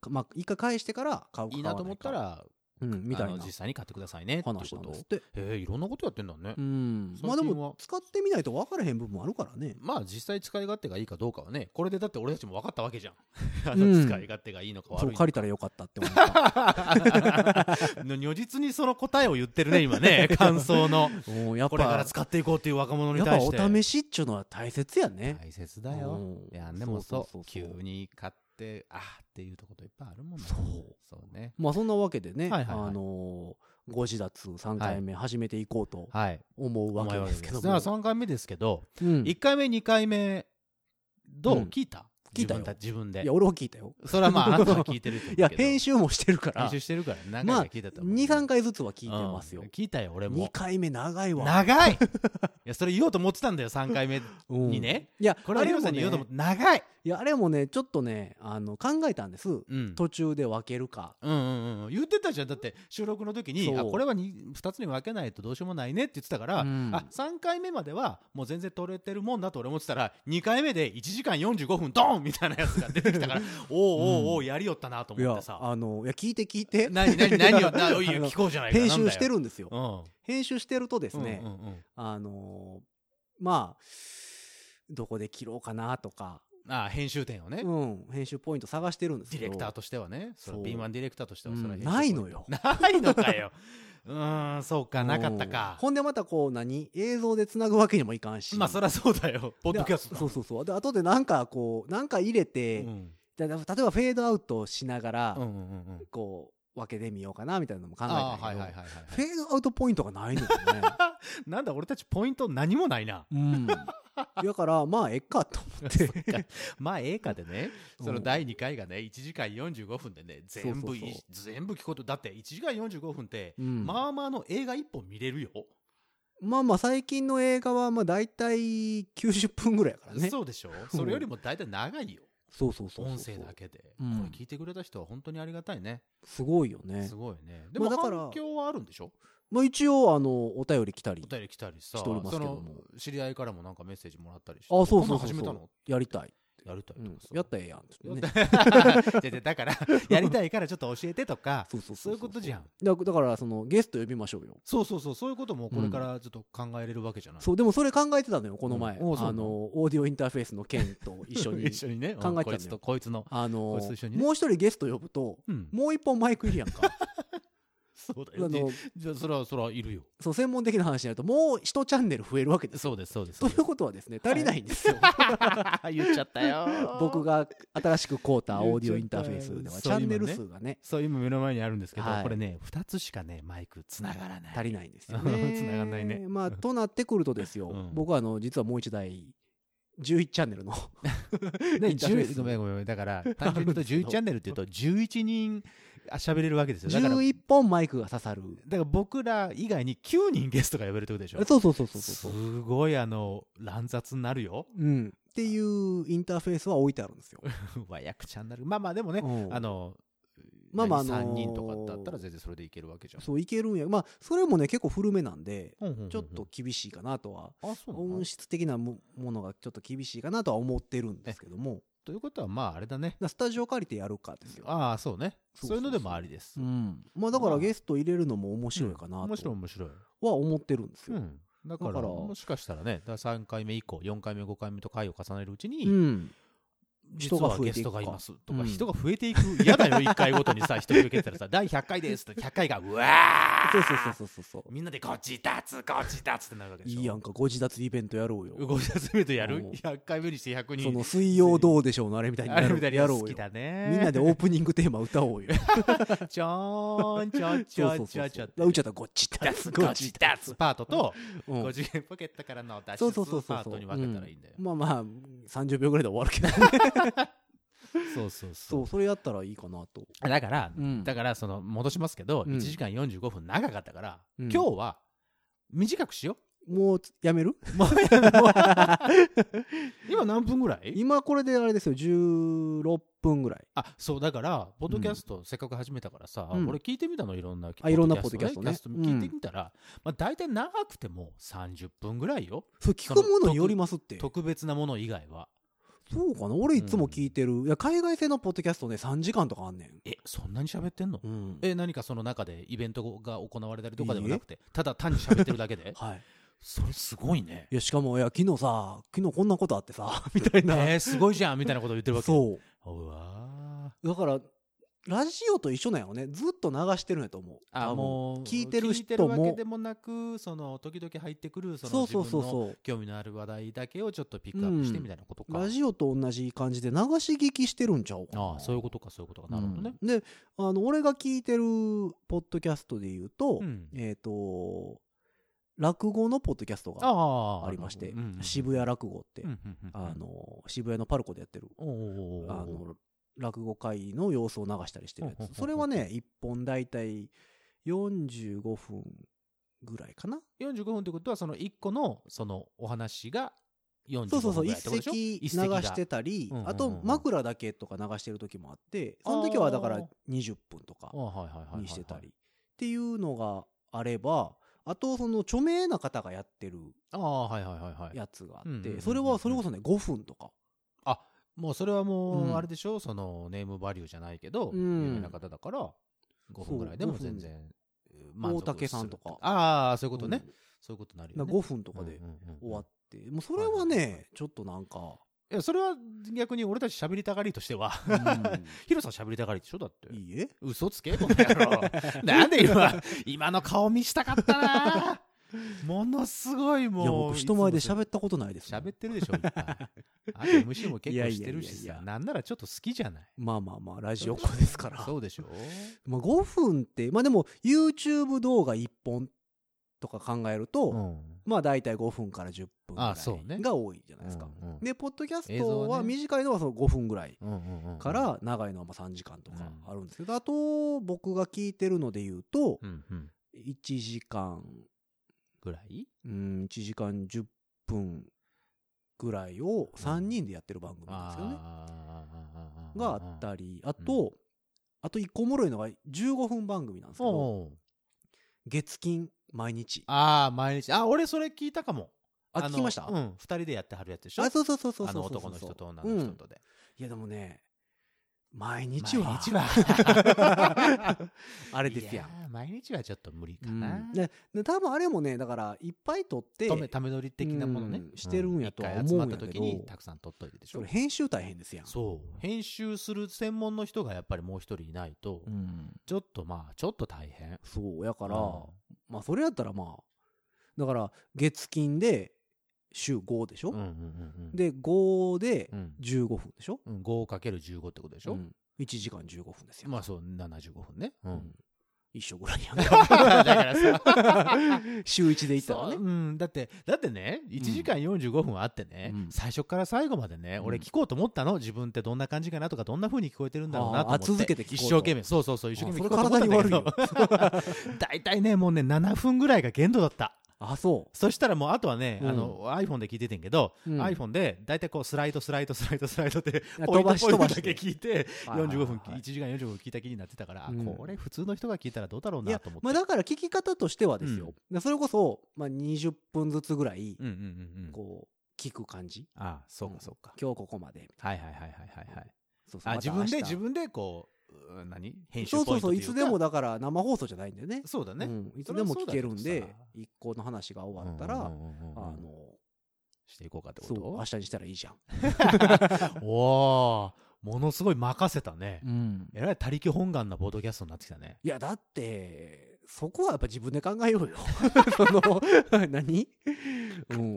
[SPEAKER 2] かまあ一回返してから買うか買
[SPEAKER 3] いい
[SPEAKER 2] わ
[SPEAKER 3] なと思った
[SPEAKER 2] ないからうん、みた
[SPEAKER 3] あ
[SPEAKER 2] い
[SPEAKER 3] の
[SPEAKER 2] な
[SPEAKER 3] 実際に買ってくださいねっていう
[SPEAKER 2] 話
[SPEAKER 3] こ
[SPEAKER 2] なん
[SPEAKER 3] と
[SPEAKER 2] ですって。
[SPEAKER 3] へえいろんなことやってんだね、
[SPEAKER 2] うん、まあで
[SPEAKER 3] 最近
[SPEAKER 2] も
[SPEAKER 3] は
[SPEAKER 2] 使ってみないと分からへん部分もあるからね。
[SPEAKER 3] まあ実際使い勝手がいいかどうかはねこれでだって俺たちも分かったわけじゃん あ
[SPEAKER 2] う
[SPEAKER 3] の
[SPEAKER 2] ん
[SPEAKER 3] 使い勝手がいいのか
[SPEAKER 2] そ
[SPEAKER 3] 悪
[SPEAKER 2] う
[SPEAKER 3] いの
[SPEAKER 2] 借り
[SPEAKER 3] か
[SPEAKER 2] たらよかったって思 った。
[SPEAKER 3] の 如実にその答えを言ってるね 今ね感想の
[SPEAKER 2] うんやっ
[SPEAKER 3] これから
[SPEAKER 2] ぱ
[SPEAKER 3] 使っていこうっていう若者
[SPEAKER 2] や
[SPEAKER 3] に
[SPEAKER 2] っぱ
[SPEAKER 3] 対し
[SPEAKER 2] お試
[SPEAKER 3] て
[SPEAKER 2] しっちゅうのは大切やね。
[SPEAKER 3] 大切だよ
[SPEAKER 2] うん
[SPEAKER 3] いやでもそう急。
[SPEAKER 2] そう
[SPEAKER 3] に買ってあーっていうとこといっぱいあるもんね
[SPEAKER 2] そう
[SPEAKER 3] そうね
[SPEAKER 2] まあそんなわけでね、
[SPEAKER 3] はいはいはい
[SPEAKER 2] あのーご自立3回目始めていこうと
[SPEAKER 3] はい
[SPEAKER 2] 思うわけ
[SPEAKER 3] 思い
[SPEAKER 2] ですけど
[SPEAKER 3] だから
[SPEAKER 2] も。
[SPEAKER 3] 3回目ですけど、
[SPEAKER 2] うん
[SPEAKER 3] 一1回目2回目どう、
[SPEAKER 2] うん
[SPEAKER 3] 聞いた
[SPEAKER 2] 聞いたよ
[SPEAKER 3] 自分た自分で
[SPEAKER 2] いや、俺は聞いたよ。
[SPEAKER 3] それはま ああなたは聞いてると思う
[SPEAKER 2] い
[SPEAKER 3] けど
[SPEAKER 2] や、編集もしてるから
[SPEAKER 3] 編、集してるから何
[SPEAKER 2] まあ
[SPEAKER 3] 回か聞いたと思う
[SPEAKER 2] 2、3回ずつは聞いてますよ
[SPEAKER 3] うん。聞いたよ俺
[SPEAKER 2] 2
[SPEAKER 3] も
[SPEAKER 2] 回目長いわ。
[SPEAKER 3] 長 いいやそれ言おうと思ってたんだよ3回目
[SPEAKER 2] うん
[SPEAKER 3] にね。
[SPEAKER 2] いや、
[SPEAKER 3] これはヒロさんに言おうと思って長い
[SPEAKER 2] いや、あれもね、ちょっとね、あの、考えたんです。
[SPEAKER 3] うん
[SPEAKER 2] 途中で分けるか。
[SPEAKER 3] うんうんうん、言ってたじゃんだって収録の時に
[SPEAKER 2] そう
[SPEAKER 3] あこれは 2, つに分けないとどうしようもないねって言ってたから、
[SPEAKER 2] うん
[SPEAKER 3] あ3回目まではもう全然取れてるもんだと俺思ってたら2回目で1時間45分ドーンみたいなやつが出てきたから おうおうおうやりよったなと
[SPEAKER 2] い
[SPEAKER 3] 思っ
[SPEAKER 2] や
[SPEAKER 3] て、さ
[SPEAKER 2] あの、いや、聞いて聞いて。
[SPEAKER 3] 何何何を なおい
[SPEAKER 2] あの
[SPEAKER 3] 聞こうじゃないか
[SPEAKER 2] 編集して
[SPEAKER 3] る
[SPEAKER 2] るんですよ。
[SPEAKER 3] うん
[SPEAKER 2] 編集してるとですね、
[SPEAKER 3] うんうんうん
[SPEAKER 2] あのーまあ、どこで切ろうかなとか、
[SPEAKER 3] あ編集点をね、
[SPEAKER 2] うん、編集ポイント探してるんです
[SPEAKER 3] デ
[SPEAKER 2] け
[SPEAKER 3] ィ
[SPEAKER 2] ど。
[SPEAKER 3] レクターとしてはね、
[SPEAKER 2] そ
[SPEAKER 3] そ
[SPEAKER 2] う
[SPEAKER 3] の敏腕ディレクターとしては
[SPEAKER 2] う
[SPEAKER 3] そ
[SPEAKER 2] ん
[SPEAKER 3] れは編集
[SPEAKER 2] ないのよ。
[SPEAKER 3] ないのかよ。うーん、そうか、なかった
[SPEAKER 2] うん
[SPEAKER 3] か。
[SPEAKER 2] ほんでまたこう、何映像で繋ぐわけにもいかんし。
[SPEAKER 3] まあ、そりゃそうだよ。ポッドキャス
[SPEAKER 2] で
[SPEAKER 3] トだ
[SPEAKER 2] そうそうそう。で、後でなんかこう、なんか入れ
[SPEAKER 3] う
[SPEAKER 2] て、
[SPEAKER 3] ん
[SPEAKER 2] だ例えばフェードアウトしながら、
[SPEAKER 3] うんうんうんうん。
[SPEAKER 2] こう、分けてみようかなみたいなのも考えたんや
[SPEAKER 3] あ
[SPEAKER 2] け
[SPEAKER 3] あ、
[SPEAKER 2] ど
[SPEAKER 3] はいはいはいはい
[SPEAKER 2] フェードアウトポイントがないの よね。
[SPEAKER 3] はい。なんだ、俺たちポイント何もない な。
[SPEAKER 2] うん。だから、まあ、えっかと思って。
[SPEAKER 3] まあ、ええかでね、
[SPEAKER 2] うん
[SPEAKER 3] その第2回がね、1時間45分でね、全部い
[SPEAKER 2] そうそう
[SPEAKER 3] 全部聞くこと、だって1時間45分って、
[SPEAKER 2] うん
[SPEAKER 3] まあまあの映画1本見れるよ。
[SPEAKER 2] まあまあ、最近の映画は、まあ、大体90分ぐらいやからね。
[SPEAKER 3] そうでしょそれよりも大体長いよ。
[SPEAKER 2] そうそうそうそう
[SPEAKER 3] 音声だけで。
[SPEAKER 2] うん
[SPEAKER 3] これ聞いてくれた人は本当にありがたいね。
[SPEAKER 2] すごいよね
[SPEAKER 3] す。ごいね。で
[SPEAKER 2] まあ
[SPEAKER 3] も
[SPEAKER 2] だから
[SPEAKER 3] 反響はあるんでしょ
[SPEAKER 2] まあ、一応、あの、お便り来たり
[SPEAKER 3] お、便り来たりさ、
[SPEAKER 2] し
[SPEAKER 3] そ
[SPEAKER 2] ておりますけども
[SPEAKER 3] の知り合いからもなんかメッセージもらったりして。
[SPEAKER 2] あそうそうそうそう
[SPEAKER 3] こんなん始めたの
[SPEAKER 2] やりたい。
[SPEAKER 3] やりたい
[SPEAKER 2] うん
[SPEAKER 3] とかさ。
[SPEAKER 2] やったらええやん。つってね
[SPEAKER 3] やったじゃあじゃあだ から、やりたいからちょっと教えてとか、
[SPEAKER 2] そうそう
[SPEAKER 3] そういうことじゃん。
[SPEAKER 2] だだから、その、ゲスト呼びましょうよ。
[SPEAKER 3] そうそうそう、そういうこともこれからちょっと考えれるわけじゃない。
[SPEAKER 2] そう、でもそれ考えてたのよ、この前。
[SPEAKER 3] うんおうそうな
[SPEAKER 2] あ
[SPEAKER 3] の
[SPEAKER 2] の、オーディオインターフェースの件と一緒に。
[SPEAKER 3] 一緒に
[SPEAKER 2] 考え
[SPEAKER 3] ね、
[SPEAKER 2] てたのよ
[SPEAKER 3] こいつとこいつの。
[SPEAKER 2] あの、
[SPEAKER 3] こいつと一緒にね
[SPEAKER 2] もう一人ゲスト呼ぶと、
[SPEAKER 3] うん
[SPEAKER 2] もう一本マイクいるやんか。
[SPEAKER 3] そうだ
[SPEAKER 2] あ
[SPEAKER 3] よね
[SPEAKER 2] の
[SPEAKER 3] じゃあそらそらいるよ
[SPEAKER 2] そう専門的な話になるともう一チャンネル増えるわけです
[SPEAKER 3] そうですそうです
[SPEAKER 2] ということはですね足りないんです よ、
[SPEAKER 3] 言っちゃったよ
[SPEAKER 2] 僕が新しく買うた
[SPEAKER 3] 言
[SPEAKER 2] オ
[SPEAKER 3] っちゃった
[SPEAKER 2] ーディオインターフェースではチ
[SPEAKER 3] そう
[SPEAKER 2] ャンネル数がね
[SPEAKER 3] そう今目の前にあるんですけど、
[SPEAKER 2] はい
[SPEAKER 3] これね2つしかねマイクつながらない
[SPEAKER 2] 足りないんですよね
[SPEAKER 3] 繋がんないね
[SPEAKER 2] まあとなってくるとですよ、
[SPEAKER 3] うん
[SPEAKER 2] 僕はあの実はもう一台11チャンネル の
[SPEAKER 3] ね
[SPEAKER 2] インターフェース
[SPEAKER 3] 10ごめんごめんだから単純に言うと11チャン ネルっていうと11人あ喋れるわけですよだからだか
[SPEAKER 2] 11本マイクが刺さる
[SPEAKER 3] ら僕ら以外に9人ゲストが呼べるってことでしょ
[SPEAKER 2] そうそうそうそうそう
[SPEAKER 3] すごいあの乱雑になるよ
[SPEAKER 2] うんっていうインターフェースは置いてあるん ですよ、
[SPEAKER 3] 和訳ちゃんなるまあまあでもね
[SPEAKER 2] うん
[SPEAKER 3] あの
[SPEAKER 2] まあまああのー
[SPEAKER 3] 3人とかだったら全然それでいけるわけじゃん
[SPEAKER 2] そういけるんやまあそれもね結構古めなんで
[SPEAKER 3] うんうんうんうん
[SPEAKER 2] ちょっと厳しいかなとは
[SPEAKER 3] あそうなの
[SPEAKER 2] 音質的なもものがちょっと厳しいかなとは思ってるんですけども
[SPEAKER 3] ということはまああれだね
[SPEAKER 2] だからスタジオ借りてやるかですよ、
[SPEAKER 3] ああそうね
[SPEAKER 2] そう
[SPEAKER 3] そ
[SPEAKER 2] そうう
[SPEAKER 3] いうのでもありです
[SPEAKER 2] うん、まあだか
[SPEAKER 3] ま
[SPEAKER 2] ら
[SPEAKER 3] あ
[SPEAKER 2] ゲスト入れるのも面白いかな
[SPEAKER 3] 面白い
[SPEAKER 2] と
[SPEAKER 3] 面白い
[SPEAKER 2] は思ってるんです
[SPEAKER 3] う
[SPEAKER 2] よ、
[SPEAKER 3] んだから
[SPEAKER 2] だから
[SPEAKER 3] もしかしたらねだから3回目以降4回目5回目と回を重ねるうちに、
[SPEAKER 2] うん、人
[SPEAKER 3] 実は
[SPEAKER 2] が増
[SPEAKER 3] ゲ
[SPEAKER 2] えて
[SPEAKER 3] ス
[SPEAKER 2] いくか
[SPEAKER 3] トがいますとか、
[SPEAKER 2] うん
[SPEAKER 3] 人が増えていく嫌だよ1回ごとにさ人増えてたらさ第100回ですって100回がうわ
[SPEAKER 2] そうそうそうそうそう
[SPEAKER 3] ーみんなでこっち立つこっち立つってなるわけでしょ
[SPEAKER 2] いいやんかご自立イベントやろうよ
[SPEAKER 3] 動き始めとやる
[SPEAKER 2] うん
[SPEAKER 3] 100回目にして100人
[SPEAKER 2] その水曜どうでしょうのあれみたいに
[SPEAKER 3] あ
[SPEAKER 2] や
[SPEAKER 3] れ
[SPEAKER 2] ろう
[SPEAKER 3] みたいに
[SPEAKER 2] やろ
[SPEAKER 3] 好
[SPEAKER 2] う
[SPEAKER 3] き
[SPEAKER 2] よ
[SPEAKER 3] だね
[SPEAKER 2] みんなでオープニングテーマ歌 おうよ
[SPEAKER 3] ちょーんちょんち
[SPEAKER 2] そう
[SPEAKER 3] ょ
[SPEAKER 2] そ
[SPEAKER 3] ん
[SPEAKER 2] う
[SPEAKER 3] ち
[SPEAKER 2] そうん
[SPEAKER 3] ょち
[SPEAKER 2] そ
[SPEAKER 3] ょん
[SPEAKER 2] ううちゃ ったごちた
[SPEAKER 3] 立つこっち立つパートと
[SPEAKER 2] うん
[SPEAKER 3] 5次元ポケットからの脱
[SPEAKER 2] そ
[SPEAKER 3] 出
[SPEAKER 2] うそうそうそう
[SPEAKER 3] パートに分けたらいいんだよ
[SPEAKER 2] まあまあ30秒ぐらいで終わるけ ど
[SPEAKER 3] そうそうそ
[SPEAKER 2] そううそれやったらいいかなと
[SPEAKER 3] だから
[SPEAKER 2] うん
[SPEAKER 3] だからその戻しますけど
[SPEAKER 2] うん
[SPEAKER 3] 1時間45分長かったから
[SPEAKER 2] うん
[SPEAKER 3] 今日は短くしよ
[SPEAKER 2] もうやめる
[SPEAKER 3] うもう今何分ぐらい
[SPEAKER 2] 今これであれですよ16分ぐらい
[SPEAKER 3] あそうだからポッドキャストせっかく始めたからさ
[SPEAKER 2] うん
[SPEAKER 3] 俺聞いてみたのいろんな
[SPEAKER 2] あいろんなポッドキャストね
[SPEAKER 3] 聞いてみたらまあ大体長くても30分ぐらいよ
[SPEAKER 2] そう聞くものによりますって
[SPEAKER 3] 特別なもの以外は
[SPEAKER 2] そうかな俺いつも聞いてる、いや海外製のポッドキャストね3時間とかあんね
[SPEAKER 3] えそんなに喋ってんの
[SPEAKER 2] ん、うん、
[SPEAKER 3] え何かその中でイベントが行われたりとかでもなくてただ単に喋ってるだけ で
[SPEAKER 2] はい
[SPEAKER 3] それすごいね
[SPEAKER 2] いやしかもいや昨日さ昨日こんなことあってさみたいな、
[SPEAKER 3] えー、すごいじゃんみたいなこと言ってるわけ
[SPEAKER 2] そう
[SPEAKER 3] わ
[SPEAKER 2] だからラジオと一緒なんやろねずっと流してるんやと思う
[SPEAKER 3] ーあ
[SPEAKER 2] 多分
[SPEAKER 3] もう
[SPEAKER 2] 聞いてる
[SPEAKER 3] 聞いてる
[SPEAKER 2] 人
[SPEAKER 3] わけ
[SPEAKER 2] も
[SPEAKER 3] でもなくその時々入ってくるその
[SPEAKER 2] そうそう
[SPEAKER 3] 自
[SPEAKER 2] そう
[SPEAKER 3] 分の
[SPEAKER 2] そう
[SPEAKER 3] 興味のある話題だけをちょっとピックアップしてみたいなことか、
[SPEAKER 2] ラジオと同じ感じで流し聞きしてるんちゃうかな
[SPEAKER 3] ああそういうことかそういうことかなるほどね、
[SPEAKER 2] うんであの俺が聞いてるポッドキャストで言うと、
[SPEAKER 3] うん
[SPEAKER 2] えっ、と落語のポッドキャストが
[SPEAKER 3] ああ
[SPEAKER 2] ありまして、
[SPEAKER 3] なるほどうん
[SPEAKER 2] 渋谷落語って、
[SPEAKER 3] うんうんうん
[SPEAKER 2] あの渋谷のパルコでやってる
[SPEAKER 3] おうおうおうおう
[SPEAKER 2] あの落語会の様子を流したりしてる
[SPEAKER 3] ほうほう
[SPEAKER 2] や
[SPEAKER 3] ほう
[SPEAKER 2] つそれはね1本大体45分ぐらいかな
[SPEAKER 3] 45分ってことはその1個のそのお話が45分
[SPEAKER 2] そうそうそう
[SPEAKER 3] ぐら
[SPEAKER 2] 一
[SPEAKER 3] いってことでしょ
[SPEAKER 2] 席流
[SPEAKER 3] が
[SPEAKER 2] してたり
[SPEAKER 3] うんうんうんうん
[SPEAKER 2] あと枕だけとか流してる時もあってその時はだから20分とか
[SPEAKER 3] ああはいはいはいはいはい
[SPEAKER 2] にしてたりっていうのがあればあとその著名な方がやってる
[SPEAKER 3] ああはいはいはいはい
[SPEAKER 2] やつがあ
[SPEAKER 3] うんう
[SPEAKER 2] っ
[SPEAKER 3] んうんうん
[SPEAKER 2] てそれはそれこそね5分とか
[SPEAKER 3] もうそれは
[SPEAKER 2] う
[SPEAKER 3] もうんあれでしょ、そのネームバリューじゃないけど、
[SPEAKER 2] うん
[SPEAKER 3] 有名な方だから5分ぐらいでも全然満足
[SPEAKER 2] 大竹さんとか
[SPEAKER 3] するああそういうことね、
[SPEAKER 2] うん
[SPEAKER 3] そういうことになるよ
[SPEAKER 2] だ
[SPEAKER 3] ね
[SPEAKER 2] から5分とかで
[SPEAKER 3] うんうんうん
[SPEAKER 2] 終わってもうそれは
[SPEAKER 3] はいはいはい
[SPEAKER 2] ねちょっとなんか
[SPEAKER 3] いやそれは逆に俺たち喋りたがりとしては、
[SPEAKER 2] う
[SPEAKER 3] ヒロさん喋りたがりでしょだって
[SPEAKER 2] んいいえ
[SPEAKER 3] 嘘つけこの野 郎 なんで今今の顔見したかったなものすごいもう
[SPEAKER 2] いや僕人前で
[SPEAKER 3] いつも
[SPEAKER 2] 喋ったことないですもん
[SPEAKER 3] 喋ってるでしょいっぱいあと MC も結
[SPEAKER 2] いや
[SPEAKER 3] 構
[SPEAKER 2] いや
[SPEAKER 3] してるし
[SPEAKER 2] いやい
[SPEAKER 3] さ
[SPEAKER 2] や
[SPEAKER 3] なんならちょっと好きじゃない
[SPEAKER 2] まあまあまあラジオっ子ですから
[SPEAKER 3] そうでしょ
[SPEAKER 2] まあ5分ってまあでも YouTube 動画1本とか考えると、
[SPEAKER 3] ん
[SPEAKER 2] まあ大体5分から10分ぐ
[SPEAKER 3] あそう
[SPEAKER 2] ら
[SPEAKER 3] ね
[SPEAKER 2] いが多いじゃないですか、
[SPEAKER 3] うんうん
[SPEAKER 2] でポッドキャ
[SPEAKER 3] 映
[SPEAKER 2] ス
[SPEAKER 3] 像
[SPEAKER 2] ト
[SPEAKER 3] は
[SPEAKER 2] は
[SPEAKER 3] ね
[SPEAKER 2] 短いのはその5分ぐらい
[SPEAKER 3] か
[SPEAKER 2] か、ら長いのはまあ3時間とか
[SPEAKER 3] うん
[SPEAKER 2] あるんですけど、あと僕が聞いてるので言うと
[SPEAKER 3] うんうん、
[SPEAKER 2] 1時間
[SPEAKER 3] ぐらい
[SPEAKER 2] うん1時間10分ぐらいを3人でやってる番組なんですよね、
[SPEAKER 3] あー
[SPEAKER 2] があったりあと、あと1個おもろいのが15分番組なんですけど
[SPEAKER 3] おう
[SPEAKER 2] 月金毎日
[SPEAKER 3] ああ毎日あ俺それ聞いたかも
[SPEAKER 2] あ
[SPEAKER 3] の
[SPEAKER 2] 聞きました
[SPEAKER 3] うん二人でやってはるやつでしょ
[SPEAKER 2] あそうそうそうそうそうそ
[SPEAKER 3] あの
[SPEAKER 2] う
[SPEAKER 3] 男
[SPEAKER 2] そう
[SPEAKER 3] の人と女
[SPEAKER 2] う
[SPEAKER 3] の人
[SPEAKER 2] ん
[SPEAKER 3] とで、
[SPEAKER 2] いやでもね毎日は
[SPEAKER 3] 毎日 は
[SPEAKER 2] あれですやん
[SPEAKER 3] いやー毎日はちょっと無理か
[SPEAKER 2] うん
[SPEAKER 3] な、
[SPEAKER 2] でで多分あれもねだからいっぱい撮って
[SPEAKER 3] ためため取り的なものね、
[SPEAKER 2] うんしてるんやとは思うんやけど
[SPEAKER 3] 一回集まった時にたくさん取っといてでし
[SPEAKER 2] そ
[SPEAKER 3] ょ
[SPEAKER 2] れ編集大変ですやん
[SPEAKER 3] そう編集する専門の人がやっぱりもう一人いないと、
[SPEAKER 2] うん
[SPEAKER 3] ちょっとまあちょっと大変
[SPEAKER 2] そうやから、
[SPEAKER 3] う
[SPEAKER 2] まあそれやったらまあだから月金で週5でしょ、
[SPEAKER 3] んうんうんうん、
[SPEAKER 2] で5で
[SPEAKER 3] うん、
[SPEAKER 2] 15分でしょ、
[SPEAKER 3] うん、5×15 ってことでしょ、
[SPEAKER 2] うん1時間15分ですよ、
[SPEAKER 3] まあそう75分ね、う、
[SPEAKER 2] うんん 一緒ぐらいやん
[SPEAKER 3] だからさ
[SPEAKER 2] 週1で行ったら
[SPEAKER 3] そう
[SPEAKER 2] ね
[SPEAKER 3] うん、だってだってね1時間45分あってね、
[SPEAKER 2] うん
[SPEAKER 3] 最初から最後までね、
[SPEAKER 2] うん
[SPEAKER 3] 俺聞こうと思ったの自分ってどんな感じかなとかどんな風に聞こえてるんだろうなと思って
[SPEAKER 2] あーあ続けて聞こうと
[SPEAKER 3] 一生懸命そうそうそう一生懸命聞こうと思ったんだけど
[SPEAKER 2] あ
[SPEAKER 3] 大体ねもうね7分ぐらいが限度だった
[SPEAKER 2] あそ
[SPEAKER 3] そしたらもうあとはね、
[SPEAKER 2] うん
[SPEAKER 3] あの iPhone で聞いててんけど、
[SPEAKER 2] う、うん
[SPEAKER 3] iPhone で大体こうスライドスライドスライドスライドって
[SPEAKER 2] あ
[SPEAKER 3] ポ
[SPEAKER 2] 飛
[SPEAKER 3] イント
[SPEAKER 2] ばし
[SPEAKER 3] ポイント
[SPEAKER 2] 飛ばし
[SPEAKER 3] だけ聞いて
[SPEAKER 2] はいはいはい
[SPEAKER 3] 45分1時間45分聞いた気になってたから、
[SPEAKER 2] うん
[SPEAKER 3] これ普通の人が聞いたらどうだろう
[SPEAKER 2] い
[SPEAKER 3] な
[SPEAKER 2] や
[SPEAKER 3] と思って。
[SPEAKER 2] まあ、だから聞き方としてはですよ、でそれこそ、まあ、20分ずつぐらい
[SPEAKER 3] うんうんうんうん、
[SPEAKER 2] こう聞く感じ、
[SPEAKER 3] ああそうかそうか、
[SPEAKER 2] 今日ここまでみたい
[SPEAKER 3] はいはいはいはいはいは
[SPEAKER 2] な
[SPEAKER 3] い
[SPEAKER 2] そうそう
[SPEAKER 3] あ
[SPEAKER 2] また
[SPEAKER 3] 自
[SPEAKER 2] 明日
[SPEAKER 3] 分で自分でこううん何編集
[SPEAKER 2] そう
[SPEAKER 3] ポ
[SPEAKER 2] そ
[SPEAKER 3] イ
[SPEAKER 2] う
[SPEAKER 3] ント
[SPEAKER 2] そ
[SPEAKER 3] と
[SPEAKER 2] う
[SPEAKER 3] い
[SPEAKER 2] いうつ
[SPEAKER 3] か
[SPEAKER 2] でもだから生放送じゃないんだよね
[SPEAKER 3] そうだね、
[SPEAKER 2] うん、いつでも聞けるん
[SPEAKER 3] それ
[SPEAKER 2] で
[SPEAKER 3] はそうだけどさ
[SPEAKER 2] 一個の話が終わった
[SPEAKER 3] う
[SPEAKER 2] ら
[SPEAKER 3] んうんうんうんうん
[SPEAKER 2] あの
[SPEAKER 3] していこうかって
[SPEAKER 2] そう
[SPEAKER 3] こ
[SPEAKER 2] 明日にしたらいいじゃん、
[SPEAKER 3] とおーものすごい任せたね、
[SPEAKER 2] うん、
[SPEAKER 3] えらい他力本願なボードキャストになってきたね
[SPEAKER 2] いやだってそこはやっぱ自分で考えよう よその 何、うん、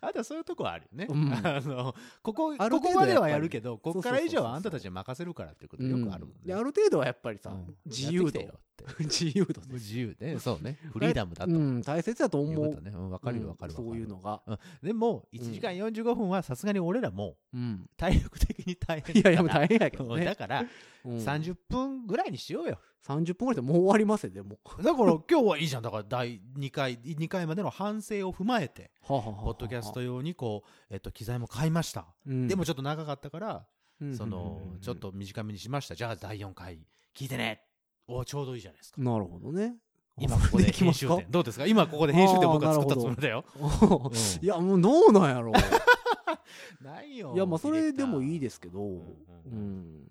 [SPEAKER 3] あとはそういうとこはあるよね、
[SPEAKER 2] うん
[SPEAKER 3] あのここ
[SPEAKER 2] ある程度
[SPEAKER 3] ここまでは
[SPEAKER 2] やっぱり
[SPEAKER 3] やるけどここから以上はあん
[SPEAKER 2] そうそうそうそう
[SPEAKER 3] たたちに任せるからっていうことよくあるもんね
[SPEAKER 2] うん、である程度はやっぱりさ、
[SPEAKER 3] うん
[SPEAKER 2] 自由
[SPEAKER 3] や
[SPEAKER 2] 度
[SPEAKER 3] ってきたよっ て
[SPEAKER 2] 自由度ね
[SPEAKER 3] 自由ねそう ねフリーダムだと
[SPEAKER 2] う、
[SPEAKER 3] いうん
[SPEAKER 2] 大切だと思う
[SPEAKER 3] ことねうんわかるよわかるわ
[SPEAKER 2] うんそういうのが、
[SPEAKER 3] でも1時間45分はさすがに俺らも
[SPEAKER 2] うん、
[SPEAKER 3] 体力的に大変
[SPEAKER 2] い
[SPEAKER 3] だか
[SPEAKER 2] やい
[SPEAKER 3] ら
[SPEAKER 2] やもう大変やけど
[SPEAKER 3] うんだ
[SPEAKER 2] ね、
[SPEAKER 3] から
[SPEAKER 2] うん、30,
[SPEAKER 3] 30分ぐらいにしようよ
[SPEAKER 2] 分ぐらいでもう終わりますよでも
[SPEAKER 3] だから今日はいいじゃんだから第2回2回までの反省を踏まえて
[SPEAKER 2] はあはあはあはあ
[SPEAKER 3] ポッドキャスト用にこう、えっと、機材も買いました、
[SPEAKER 2] うん
[SPEAKER 3] でもちょっと長かったから、
[SPEAKER 2] うん
[SPEAKER 3] その
[SPEAKER 2] うん
[SPEAKER 3] ちょっと短めにしましたじゃあ第4回聞いてねおちょうどいいじゃないですか
[SPEAKER 2] なるほどね
[SPEAKER 3] 今ここで編集点どうですか今ここで編集点僕が作ったつもりだよ、
[SPEAKER 2] お
[SPEAKER 3] うん
[SPEAKER 2] いやもうどうなんやろ
[SPEAKER 3] ないよ
[SPEAKER 2] いやまあそれでもいいですすけど、うん
[SPEAKER 3] んうん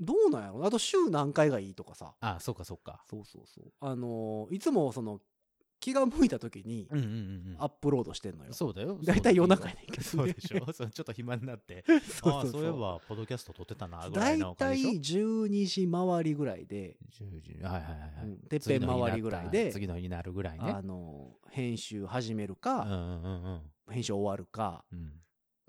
[SPEAKER 2] どうなんやろあと週何回がいいとかさ
[SPEAKER 3] あそうかそうか
[SPEAKER 2] そうそうそうあのーいつもその気が向いた時に
[SPEAKER 3] うんうんうん
[SPEAKER 2] アップロードしてんのよ、
[SPEAKER 3] そうだよ
[SPEAKER 2] 大体夜中やねんけ
[SPEAKER 3] そ
[SPEAKER 2] ど
[SPEAKER 3] う
[SPEAKER 2] ね
[SPEAKER 3] でしょそうちょっと暇になって
[SPEAKER 2] そ
[SPEAKER 3] ああそういえばポッドキャスト撮ってたなぐらい
[SPEAKER 2] 大
[SPEAKER 3] のおかげ
[SPEAKER 2] 体
[SPEAKER 3] でしょ
[SPEAKER 2] 12時回りぐらいで、
[SPEAKER 3] 10時はいはいはいはい、
[SPEAKER 2] うんてっぺん回りぐらいで、
[SPEAKER 3] 次の日になった次の日になるぐらいね
[SPEAKER 2] あのー編集始める
[SPEAKER 3] うんう
[SPEAKER 2] か、
[SPEAKER 3] んうんうん
[SPEAKER 2] 編集終わるか
[SPEAKER 3] うん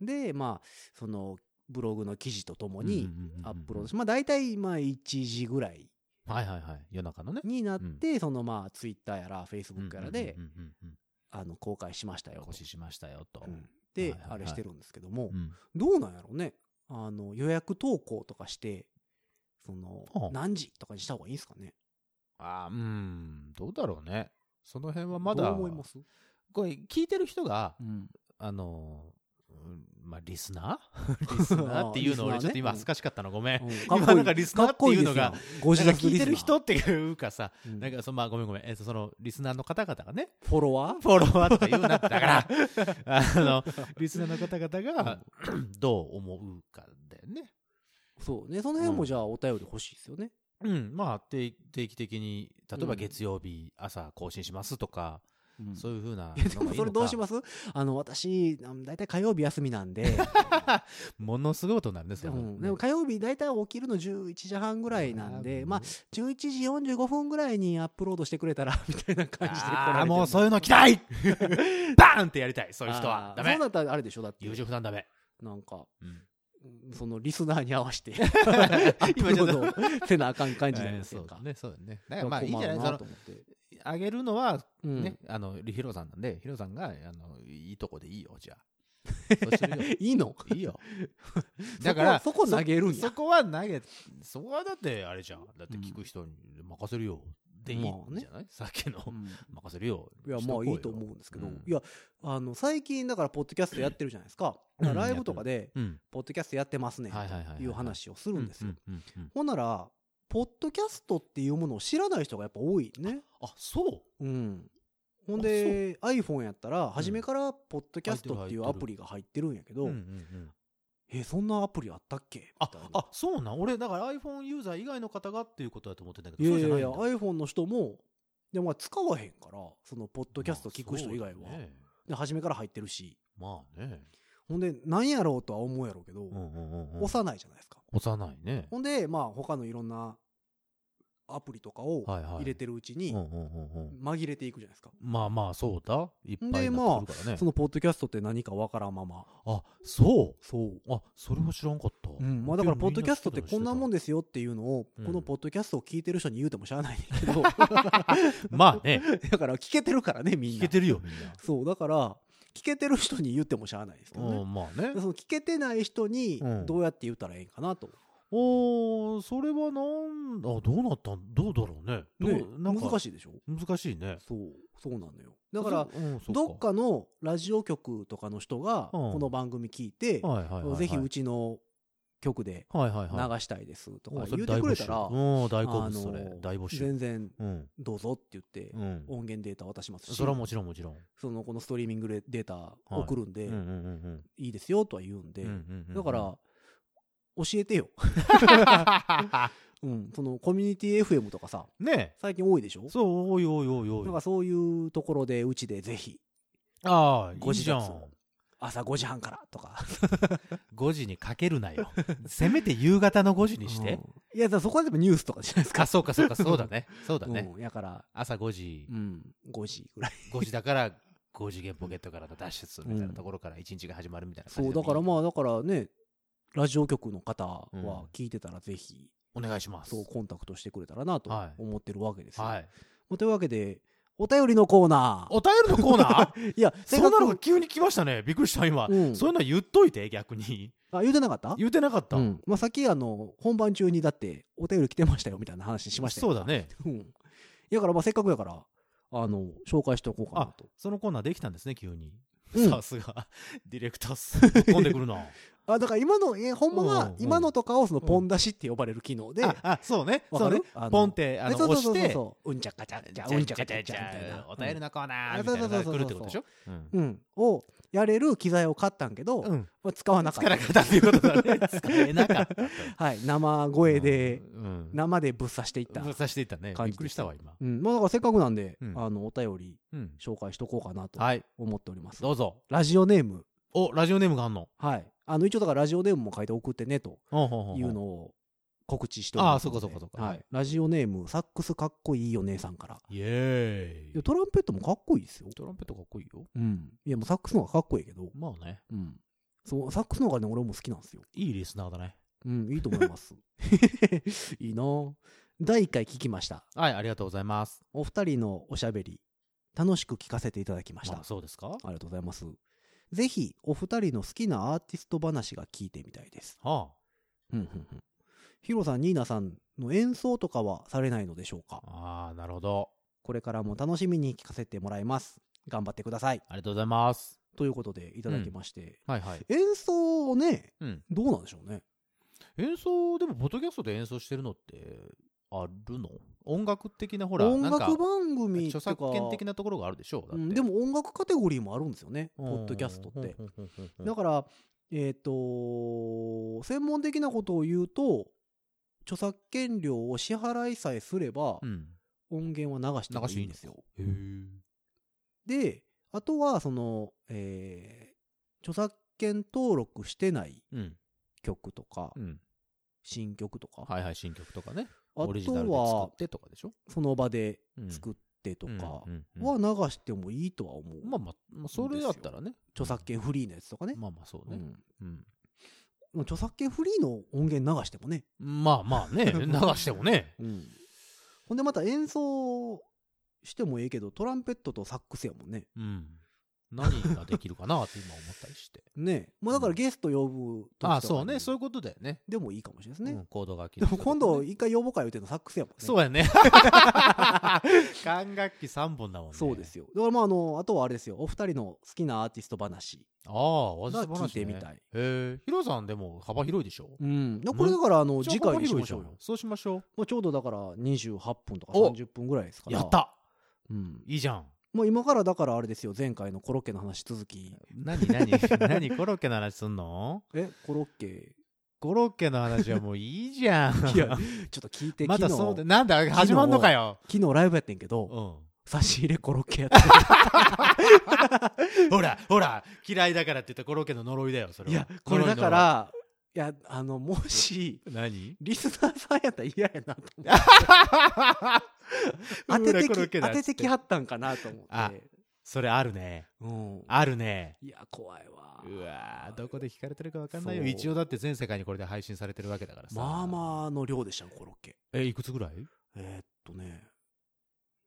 [SPEAKER 2] でまあそのブログの記事ととも
[SPEAKER 3] う
[SPEAKER 2] に
[SPEAKER 3] んうんうんうん
[SPEAKER 2] アップロードし、まあ大体まあ1時ぐらい
[SPEAKER 3] はいはいはい夜中のね
[SPEAKER 2] になって、そのまあツイッターやらフェイスブックやらで、
[SPEAKER 3] うんうんうん
[SPEAKER 2] あの公開しました
[SPEAKER 3] うん
[SPEAKER 2] よ
[SPEAKER 3] 更新しましたよと、
[SPEAKER 2] と、うん
[SPEAKER 3] は
[SPEAKER 2] で、
[SPEAKER 3] いはいはい
[SPEAKER 2] あれしてるんですけども、
[SPEAKER 3] うん
[SPEAKER 2] どうなんやろうねあの予約投稿とかしてその
[SPEAKER 3] ああ
[SPEAKER 2] 何時とかにした方がいいんですかね
[SPEAKER 3] ああうんどうだろうねその辺はま
[SPEAKER 2] ど
[SPEAKER 3] だ
[SPEAKER 2] う思います、
[SPEAKER 3] これ聞いてる人が
[SPEAKER 2] うん、
[SPEAKER 3] あのーうんまあリスナーリスナーっていうの俺
[SPEAKER 2] リスナーね
[SPEAKER 3] ちょっと今恥ずかしかったのごめん、
[SPEAKER 2] かっ
[SPEAKER 3] 今
[SPEAKER 2] こい
[SPEAKER 3] なん
[SPEAKER 2] い
[SPEAKER 3] かリスナーっていうのが
[SPEAKER 2] かっこですやんご自
[SPEAKER 3] なんか
[SPEAKER 2] 宅
[SPEAKER 3] 聞いてる
[SPEAKER 2] リスナ
[SPEAKER 3] 人っていうかさ
[SPEAKER 2] ーうん
[SPEAKER 3] なんかそのまあごめんごめん、えっとそのリスナーの方々がね
[SPEAKER 2] フォロワー
[SPEAKER 3] フォロワーとか言うなだから あの リスナーの方々 がどう思うかだよね
[SPEAKER 2] そうねその辺
[SPEAKER 3] う
[SPEAKER 2] も
[SPEAKER 3] ん
[SPEAKER 2] じゃあお便り欲しいですよね、
[SPEAKER 3] うんまあ定定期的に例えば
[SPEAKER 2] うん
[SPEAKER 3] 月曜日朝更新しますとか、
[SPEAKER 2] うん
[SPEAKER 3] そういうふうなのが
[SPEAKER 2] いやでもそれどうし
[SPEAKER 3] す
[SPEAKER 2] ますあの私あの大体火曜日休みなん で
[SPEAKER 3] ものすごいことになるねそ
[SPEAKER 2] で
[SPEAKER 3] れは
[SPEAKER 2] もでも火曜日大体起きるの11時半ぐらいなんでまあ11時45分ぐらいにアップロードしてくれたら みたいな感じで来られて
[SPEAKER 3] ああーもうそういうの期 待バーンってやりたいそういう人
[SPEAKER 2] あ
[SPEAKER 3] は
[SPEAKER 2] ー
[SPEAKER 3] ダ
[SPEAKER 2] そ
[SPEAKER 3] メ
[SPEAKER 2] うだったらあれでしょだって
[SPEAKER 3] 優柔不断ダメ、
[SPEAKER 2] なんか
[SPEAKER 3] うん
[SPEAKER 2] そのリスナーに合わせて アップロードせなあかん感じじゃないです
[SPEAKER 3] そう
[SPEAKER 2] か
[SPEAKER 3] だねそうだねだからまあいいんじゃないその
[SPEAKER 2] と思って
[SPEAKER 3] あげるのは
[SPEAKER 2] うん
[SPEAKER 3] ね、あの、ヒロさんなんで、ヒロさんが、あの、いいとこでいいよ、じゃ あ。そうするよ
[SPEAKER 2] いいの
[SPEAKER 3] いいよ。だから、
[SPEAKER 2] そこそこ投げるんや
[SPEAKER 3] そそこは投げ、そこはだって、あれじゃん。だって聞く人に任せるよ。でいいん
[SPEAKER 2] まあね
[SPEAKER 3] じゃない、さっきの、
[SPEAKER 2] うん
[SPEAKER 3] 任せるよ。
[SPEAKER 2] いや
[SPEAKER 3] し
[SPEAKER 2] ま
[SPEAKER 3] と
[SPEAKER 2] あ
[SPEAKER 3] こ
[SPEAKER 2] いいと思う
[SPEAKER 3] よ。
[SPEAKER 2] んですけど、
[SPEAKER 3] うん
[SPEAKER 2] いやあの最近だからポッドキャストやってるじゃないですか,、
[SPEAKER 3] うん
[SPEAKER 2] ライブとかで
[SPEAKER 3] うん。
[SPEAKER 2] ポッドキャストやってますね
[SPEAKER 3] はいはいはいはい
[SPEAKER 2] いう話をするんですよ、
[SPEAKER 3] うんうんうん
[SPEAKER 2] ほんならポッドキャストっていうものを知らない人がやっぱ多いね
[SPEAKER 3] あ、そう
[SPEAKER 2] うんほんで iPhone やったら初めからポッドキャストっていう
[SPEAKER 3] 入ってる入ってる
[SPEAKER 2] アプリが入ってるんやけど、
[SPEAKER 3] うんうんうん
[SPEAKER 2] え、そんなアプリあったっけみ
[SPEAKER 3] あ
[SPEAKER 2] たいな。
[SPEAKER 3] あそうなん俺だから iPhone ユーザー以外の方がっていうことだと思ってんだけど
[SPEAKER 2] いや
[SPEAKER 3] そう
[SPEAKER 2] い
[SPEAKER 3] じ
[SPEAKER 2] やい
[SPEAKER 3] ゃないん
[SPEAKER 2] や、
[SPEAKER 3] だ
[SPEAKER 2] iPhone の人も、でもまあ使わへんから、その、ポッドキャスト聞く人以外は。
[SPEAKER 3] まあそうだね
[SPEAKER 2] で、初めから入ってるし。
[SPEAKER 3] まあね。
[SPEAKER 2] ほんで、なんやろうとは思うやろうけど、
[SPEAKER 3] うんうんうんうん、
[SPEAKER 2] 幼いじゃないですか。
[SPEAKER 3] 幼いね。
[SPEAKER 2] ほんで、まあ、他のいろんなアプリとかを
[SPEAKER 3] はいはい
[SPEAKER 2] 入れてるうちに
[SPEAKER 3] うん、うんうんうん
[SPEAKER 2] 紛れていくじゃないですか。
[SPEAKER 3] まあまあ、そうだ。いっぱい
[SPEAKER 2] で
[SPEAKER 3] なってくるからね。
[SPEAKER 2] その、ポッドキャストって何かわからんまま。
[SPEAKER 3] あ、そ
[SPEAKER 2] そう。
[SPEAKER 3] う。あ、それは知らんかった。
[SPEAKER 2] うん、まあだから、ポッドキャストってこんなもん
[SPEAKER 3] で。
[SPEAKER 2] ですよっていうのを、
[SPEAKER 3] うん
[SPEAKER 2] このポッドキャストを聞いてる人に言うてもしゃあないねんけ ど、
[SPEAKER 3] まあね、
[SPEAKER 2] だから聞けてるからね、みんな。
[SPEAKER 3] 聞けてるよ、みんな。
[SPEAKER 2] そう、だから、聞けてる人に言ってもしゃあないですけど
[SPEAKER 3] う
[SPEAKER 2] ね。
[SPEAKER 3] ん、まあね
[SPEAKER 2] で。その聞けてない人に
[SPEAKER 3] うん、
[SPEAKER 2] どうやって言ったらええんかなと。
[SPEAKER 3] おー、それはなんあ、どうなったんどうだろうね。どう
[SPEAKER 2] ね、
[SPEAKER 3] なんか
[SPEAKER 2] 難しいでしょ
[SPEAKER 3] 難しいね。
[SPEAKER 2] そう、そうなのよ。だから、
[SPEAKER 3] そうんそう
[SPEAKER 2] どっかのラジオ局とかの人が、
[SPEAKER 3] うん
[SPEAKER 2] この番組聞いて、
[SPEAKER 3] はいはいはいはい、
[SPEAKER 2] ぜひうちの局で
[SPEAKER 3] はいはい
[SPEAKER 2] 流
[SPEAKER 3] はい。
[SPEAKER 2] したいですと
[SPEAKER 3] お
[SPEAKER 2] か
[SPEAKER 3] そ
[SPEAKER 2] 言
[SPEAKER 3] れ
[SPEAKER 2] ってくれたら、
[SPEAKER 3] 大募集うん、大好
[SPEAKER 2] あ
[SPEAKER 3] 物、
[SPEAKER 2] の
[SPEAKER 3] それ。大募集。
[SPEAKER 2] 全然
[SPEAKER 3] うん。
[SPEAKER 2] どうぞって言って、
[SPEAKER 3] う
[SPEAKER 2] 音
[SPEAKER 3] ん。
[SPEAKER 2] 源データ渡しますし、
[SPEAKER 3] それはもちろんもちろん。
[SPEAKER 2] そのこのストリーミングレデータ送るんで、
[SPEAKER 3] うんうんうん
[SPEAKER 2] いいですよとは言うんで、
[SPEAKER 3] うんうんうんうん。
[SPEAKER 2] だから、教えてよ、 うん、そのコミュニティ FM とかさ、
[SPEAKER 3] ね
[SPEAKER 2] 最近多いでしょ
[SPEAKER 3] え。そう、おいおいおいおい。
[SPEAKER 2] なんかそういうところで、うちでぜひ、
[SPEAKER 3] ああ、い
[SPEAKER 2] ご
[SPEAKER 3] い
[SPEAKER 2] 自
[SPEAKER 3] じゃ
[SPEAKER 2] 宅
[SPEAKER 3] ん。
[SPEAKER 2] 朝5時半からとか。
[SPEAKER 3] 5時にかけるな よ。せめて夕方の5時にして。
[SPEAKER 2] うんいや、だからそこはでもニュースとかじゃないですか
[SPEAKER 3] あ、。そうかそうか、そう だね。そうだね。
[SPEAKER 2] うん、やから、
[SPEAKER 3] 朝5時
[SPEAKER 2] う、ん、5時ぐらい。
[SPEAKER 3] 5時だから、5次元ポケットからの脱出みたいなところから1日が始まるみたいな感
[SPEAKER 2] そ
[SPEAKER 3] じ
[SPEAKER 2] う、
[SPEAKER 3] で
[SPEAKER 2] だからまあ、だからね、ラジオ局の方は
[SPEAKER 3] うん
[SPEAKER 2] 聞いてたらぜひ、
[SPEAKER 3] お願いします。
[SPEAKER 2] そう、コンタクトしてくれたらなと
[SPEAKER 3] はい
[SPEAKER 2] 思ってるわけですよ。
[SPEAKER 3] はい。
[SPEAKER 2] まあというわけで、お便りのコーナー。
[SPEAKER 3] お便りのコーナー
[SPEAKER 2] いや、
[SPEAKER 3] そんなの
[SPEAKER 2] せ
[SPEAKER 3] が
[SPEAKER 2] っか
[SPEAKER 3] 急に来ましたね。びっくりした、今。
[SPEAKER 2] うん
[SPEAKER 3] そういうのは言っといて、逆に。
[SPEAKER 2] くあ、言うてなかった
[SPEAKER 3] 言うてなかった。
[SPEAKER 2] うん。まあ、さっき、あの、本番中にだって、お便り来てましたよ、みたいな話しましたよ。
[SPEAKER 3] そうだね。
[SPEAKER 2] うん。だから、まあ、せっかくやから、あの、紹介しておこうかなと。
[SPEAKER 3] そのコーナーできたんですね、急に。
[SPEAKER 2] うん
[SPEAKER 3] さすが、ディレクターっす。飛んでくるな。
[SPEAKER 2] あ、だから今の、え、ほんま
[SPEAKER 3] うん
[SPEAKER 2] は
[SPEAKER 3] う、ん
[SPEAKER 2] 今のとかを、その、ポン出しって呼ばれる機能 で、
[SPEAKER 3] あ、あ、そうね。
[SPEAKER 2] わか
[SPEAKER 3] そうね
[SPEAKER 2] る。あの
[SPEAKER 3] ポンって、あ
[SPEAKER 2] え
[SPEAKER 3] の、
[SPEAKER 2] そう
[SPEAKER 3] 押
[SPEAKER 2] そう
[SPEAKER 3] し
[SPEAKER 2] そう
[SPEAKER 3] て、
[SPEAKER 2] そううんちゃかちゃ
[SPEAKER 3] じ
[SPEAKER 2] ち
[SPEAKER 3] ゃ
[SPEAKER 2] ゃ、
[SPEAKER 3] あ
[SPEAKER 2] う
[SPEAKER 3] うん
[SPEAKER 2] ん
[SPEAKER 3] ち
[SPEAKER 2] ち
[SPEAKER 3] ゃ
[SPEAKER 2] ゃ
[SPEAKER 3] か
[SPEAKER 2] か
[SPEAKER 3] ち
[SPEAKER 2] ち
[SPEAKER 3] ゃ
[SPEAKER 2] ゃち
[SPEAKER 3] ちゃ
[SPEAKER 2] ゃみたいな。
[SPEAKER 3] お便りのコーナー
[SPEAKER 2] そ
[SPEAKER 3] みた
[SPEAKER 2] う
[SPEAKER 3] い
[SPEAKER 2] そ
[SPEAKER 3] な
[SPEAKER 2] う
[SPEAKER 3] のが
[SPEAKER 2] そうそう
[SPEAKER 3] 来るってことでしょうん
[SPEAKER 2] うん。をやれる機材を買ったんけど、
[SPEAKER 3] うん。
[SPEAKER 2] まあ使わなか
[SPEAKER 3] 疲
[SPEAKER 2] っ
[SPEAKER 3] れ方っていうことだ ね。使えなかったと。
[SPEAKER 2] た。はい。生声で、
[SPEAKER 3] うん、うん。
[SPEAKER 2] 生でぶっ刺していった。
[SPEAKER 3] さしていったね。
[SPEAKER 2] 感
[SPEAKER 3] び
[SPEAKER 2] じ
[SPEAKER 3] っくりしたわ、今。
[SPEAKER 2] うん。まあ、だからせっかくなんで
[SPEAKER 3] う、ん
[SPEAKER 2] あの、お便り
[SPEAKER 3] うん。
[SPEAKER 2] 紹介しとこうかなと
[SPEAKER 3] はい。
[SPEAKER 2] 思っております。
[SPEAKER 3] どうぞ。
[SPEAKER 2] ラジオネーム。
[SPEAKER 3] お、ラジオネームがあんの。
[SPEAKER 2] はい。あの、一応だからラジオネームも書いて送ってね、と
[SPEAKER 3] ほうほうほう
[SPEAKER 2] いうのを告知しておりますので。
[SPEAKER 3] あーそうかそうかそうか
[SPEAKER 2] は
[SPEAKER 3] はい
[SPEAKER 2] い。ラジオネーム、サックスかっこいいよ姉さんから。
[SPEAKER 3] イエ
[SPEAKER 2] い
[SPEAKER 3] ー
[SPEAKER 2] や、
[SPEAKER 3] イ。
[SPEAKER 2] トランペットもかっこいいですよ。
[SPEAKER 3] トランペットかっこいいよ。
[SPEAKER 2] うん。いや、もうサックスの方がかっこいいけど、
[SPEAKER 3] まあね。
[SPEAKER 2] うん。そう、サックスの方がね、俺も好きなんですよ。
[SPEAKER 3] いいリスナーだね。
[SPEAKER 2] うん、いいと思い ます。 いいなぁ第1回聞きました。
[SPEAKER 3] はい、ありがとうございます。
[SPEAKER 2] お二人のおしゃべり、楽しく聞かせていただきました。
[SPEAKER 3] まあ、そうですかは
[SPEAKER 2] ありがとうございます。ぜひ、お二人の好きなアーティスト話が聞いてみたいです。
[SPEAKER 3] あ。
[SPEAKER 2] うんうんうん。ヒロさん、ニーナさんの演奏とかはされないのでしょうか
[SPEAKER 3] ああ、なるほど。
[SPEAKER 2] これからも楽しみに聞かせてもらいます。頑張ってください。
[SPEAKER 3] ありがとうございます。
[SPEAKER 2] ということで、いただきまして、
[SPEAKER 3] はいはい。
[SPEAKER 2] 演奏をね、
[SPEAKER 3] うん。
[SPEAKER 2] どうなんでしょうね。
[SPEAKER 3] 演奏、でも、ポッドキャストで演奏してるのって、あるの音楽的な、ほら、
[SPEAKER 2] 音楽
[SPEAKER 3] なんか、
[SPEAKER 2] 番組と
[SPEAKER 3] 著
[SPEAKER 2] か、
[SPEAKER 3] 作権的なところがあるでしょだ
[SPEAKER 2] う
[SPEAKER 3] って
[SPEAKER 2] ん、でも音楽カテゴリーもあるんですよね、
[SPEAKER 3] う
[SPEAKER 2] ポ
[SPEAKER 3] ん
[SPEAKER 2] ッドキャストって。
[SPEAKER 3] うんうんうんうん
[SPEAKER 2] だから、えっ、と、専門的なことを言うと、著作権料を支払いさえすれば
[SPEAKER 3] う、ん。
[SPEAKER 2] 音源は流しても
[SPEAKER 3] 流して
[SPEAKER 2] いい
[SPEAKER 3] いい
[SPEAKER 2] んで
[SPEAKER 3] んですす
[SPEAKER 2] よ
[SPEAKER 3] よ。。へえ。
[SPEAKER 2] で、あとは、その、えー著作権登録してない
[SPEAKER 3] うん。
[SPEAKER 2] 曲とか、
[SPEAKER 3] うん。
[SPEAKER 2] 新曲とか、
[SPEAKER 3] はいはい、新曲とかね。
[SPEAKER 2] あ
[SPEAKER 3] オリジナル
[SPEAKER 2] と
[SPEAKER 3] で作
[SPEAKER 2] は
[SPEAKER 3] っ、てとかでしょ
[SPEAKER 2] その場で
[SPEAKER 3] うん
[SPEAKER 2] 作ってとか
[SPEAKER 3] う、んうんうん
[SPEAKER 2] は流してもいいとは思う。
[SPEAKER 3] まあまあ、まあ、それだったらね。
[SPEAKER 2] 著作権フリーのやつとかね。
[SPEAKER 3] まあまあ、そう
[SPEAKER 2] う
[SPEAKER 3] ね。
[SPEAKER 2] ん
[SPEAKER 3] うん。
[SPEAKER 2] まあ著作権フリーの音源流してもね。
[SPEAKER 3] まあまあ ね、流してもね。
[SPEAKER 2] うん。ほんでまた演奏してもええけど、トランペットとサックスやもんね。
[SPEAKER 3] うん。何ができるかなって今思った りして。
[SPEAKER 2] ねえ。まあだか
[SPEAKER 3] う
[SPEAKER 2] ら
[SPEAKER 3] ん
[SPEAKER 2] ゲスト呼ぶ時とか
[SPEAKER 3] ああ、そうね。そういうことだよね。
[SPEAKER 2] でもいいかもしれないですね。
[SPEAKER 3] うんコードが切
[SPEAKER 2] で
[SPEAKER 3] れ
[SPEAKER 2] も
[SPEAKER 3] てる
[SPEAKER 2] 今度一回呼ぼうか言うてんのサックスやもんね。
[SPEAKER 3] そう やね。管楽器3本だもんね。
[SPEAKER 2] そうですよ。だからまああの、あとはあれですよ。お二人の好きなアーティスト話。
[SPEAKER 3] ああ、私
[SPEAKER 2] が
[SPEAKER 3] 話、ね、
[SPEAKER 2] 聞いてみたい
[SPEAKER 3] へえ、ヒロさんでも幅広いでしょ
[SPEAKER 2] うん。だからこれだからあの、次回にしましょう
[SPEAKER 3] じゃあ幅広いじゃん
[SPEAKER 2] よ。
[SPEAKER 3] そうしましょ
[SPEAKER 2] まあちょうどだから28分とか
[SPEAKER 3] お
[SPEAKER 2] 30分ぐらいですか
[SPEAKER 3] う。
[SPEAKER 2] ら。
[SPEAKER 3] やった
[SPEAKER 2] うん。
[SPEAKER 3] いいじゃん。
[SPEAKER 2] もう今からだからあれですよ前回のコロッケの話続き
[SPEAKER 3] 何何 何コロッケの話すんの
[SPEAKER 2] えコロッ ケ
[SPEAKER 3] コロッケの話はもういいじゃん
[SPEAKER 2] いやちょっと聞いて
[SPEAKER 3] また
[SPEAKER 2] 昨日
[SPEAKER 3] そうでなんだ始まんのかよ、
[SPEAKER 2] 昨日ライブやってんけど、
[SPEAKER 3] う
[SPEAKER 2] 差し入れコロッケやって
[SPEAKER 3] ん、ほらほら嫌いだからって言ったコロッケの呪いだよそれ
[SPEAKER 2] るい
[SPEAKER 3] は
[SPEAKER 2] やこれだからいやあのもし
[SPEAKER 3] 呪い呪い
[SPEAKER 2] リスナーさんやったら嫌やなと思って 当
[SPEAKER 3] 何
[SPEAKER 2] てて
[SPEAKER 3] ほらコロッケ
[SPEAKER 2] き
[SPEAKER 3] だ
[SPEAKER 2] 当
[SPEAKER 3] っ
[SPEAKER 2] て
[SPEAKER 3] つって
[SPEAKER 2] てきはったんかなと思っ
[SPEAKER 3] あ
[SPEAKER 2] て
[SPEAKER 3] それあるね
[SPEAKER 2] うん
[SPEAKER 3] あるね
[SPEAKER 2] いや怖いわ
[SPEAKER 3] うわーどこで聞かれてるか分かんないよ
[SPEAKER 2] そう
[SPEAKER 3] 一応だって全世界にこれで配信されてるわけだからさ
[SPEAKER 2] まあまあの量でしたねコロッケ
[SPEAKER 3] えいくつぐらい
[SPEAKER 2] えーっとね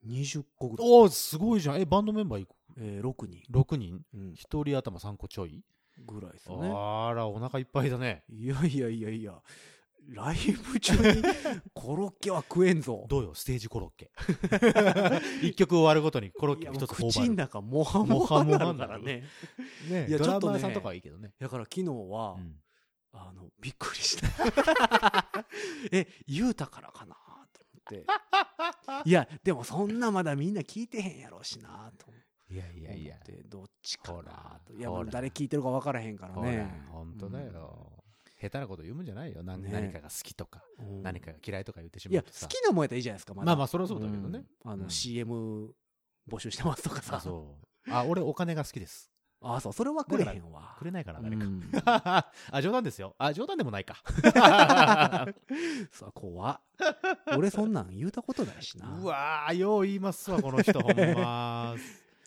[SPEAKER 2] 20個ぐらい、
[SPEAKER 3] おおすごいじゃんえバンドメンバーいく
[SPEAKER 2] えー、6人、
[SPEAKER 3] 6人
[SPEAKER 2] うん
[SPEAKER 3] 1人頭3個ちょい
[SPEAKER 2] ぐらいですね
[SPEAKER 3] あらお腹いっぱいだね
[SPEAKER 2] いやいやいやいやライブ中にコロッケは食えん ぞ
[SPEAKER 3] どうよステージコロ ッケ一曲終わるごとにコロッ
[SPEAKER 2] い
[SPEAKER 3] ケ
[SPEAKER 2] や
[SPEAKER 3] が
[SPEAKER 2] も
[SPEAKER 3] 一
[SPEAKER 2] う
[SPEAKER 3] つ頬
[SPEAKER 2] 口
[SPEAKER 3] 張
[SPEAKER 2] の
[SPEAKER 3] る
[SPEAKER 2] 中もはもはになるからね
[SPEAKER 3] ね
[SPEAKER 2] いや
[SPEAKER 3] ド
[SPEAKER 2] ちょ
[SPEAKER 3] ラ
[SPEAKER 2] っとね
[SPEAKER 3] マーさんとかはいいけどね
[SPEAKER 2] だから昨日は、
[SPEAKER 3] うん
[SPEAKER 2] あのびっくりした え言うたからかなと思って いやでもそんなまだみんな聞いてへんやろうしなと思って
[SPEAKER 3] いやいやいや
[SPEAKER 2] どっちかなと
[SPEAKER 3] ほら
[SPEAKER 2] いやも
[SPEAKER 3] ほ
[SPEAKER 2] う
[SPEAKER 3] ら
[SPEAKER 2] 誰聞いてるか分からへんから
[SPEAKER 3] ほら
[SPEAKER 2] ね
[SPEAKER 3] 本当だよ下手なこと言うんじゃないよなん
[SPEAKER 2] ね
[SPEAKER 3] 何かが好きとか
[SPEAKER 2] うん
[SPEAKER 3] 何かが嫌いとか言ってし
[SPEAKER 2] い
[SPEAKER 3] ま
[SPEAKER 2] や
[SPEAKER 3] う
[SPEAKER 2] 好
[SPEAKER 3] とさ
[SPEAKER 2] きなもんやったらいいじゃないですか
[SPEAKER 3] まあまあ
[SPEAKER 2] あ
[SPEAKER 3] そりゃそうだけどね
[SPEAKER 2] あ
[SPEAKER 3] う
[SPEAKER 2] の
[SPEAKER 3] ん
[SPEAKER 2] CM 募集してますとか
[SPEAKER 3] あ
[SPEAKER 2] さ
[SPEAKER 3] そうあ俺お金が好きです
[SPEAKER 2] あそうそれはくれへんわ
[SPEAKER 3] くれないから誰か
[SPEAKER 2] うん
[SPEAKER 3] あ冗談ですよあ冗談でもない か
[SPEAKER 2] さあ怖っ俺そんなん言うたことないしな
[SPEAKER 3] うわーよう言いますわこの人ほんま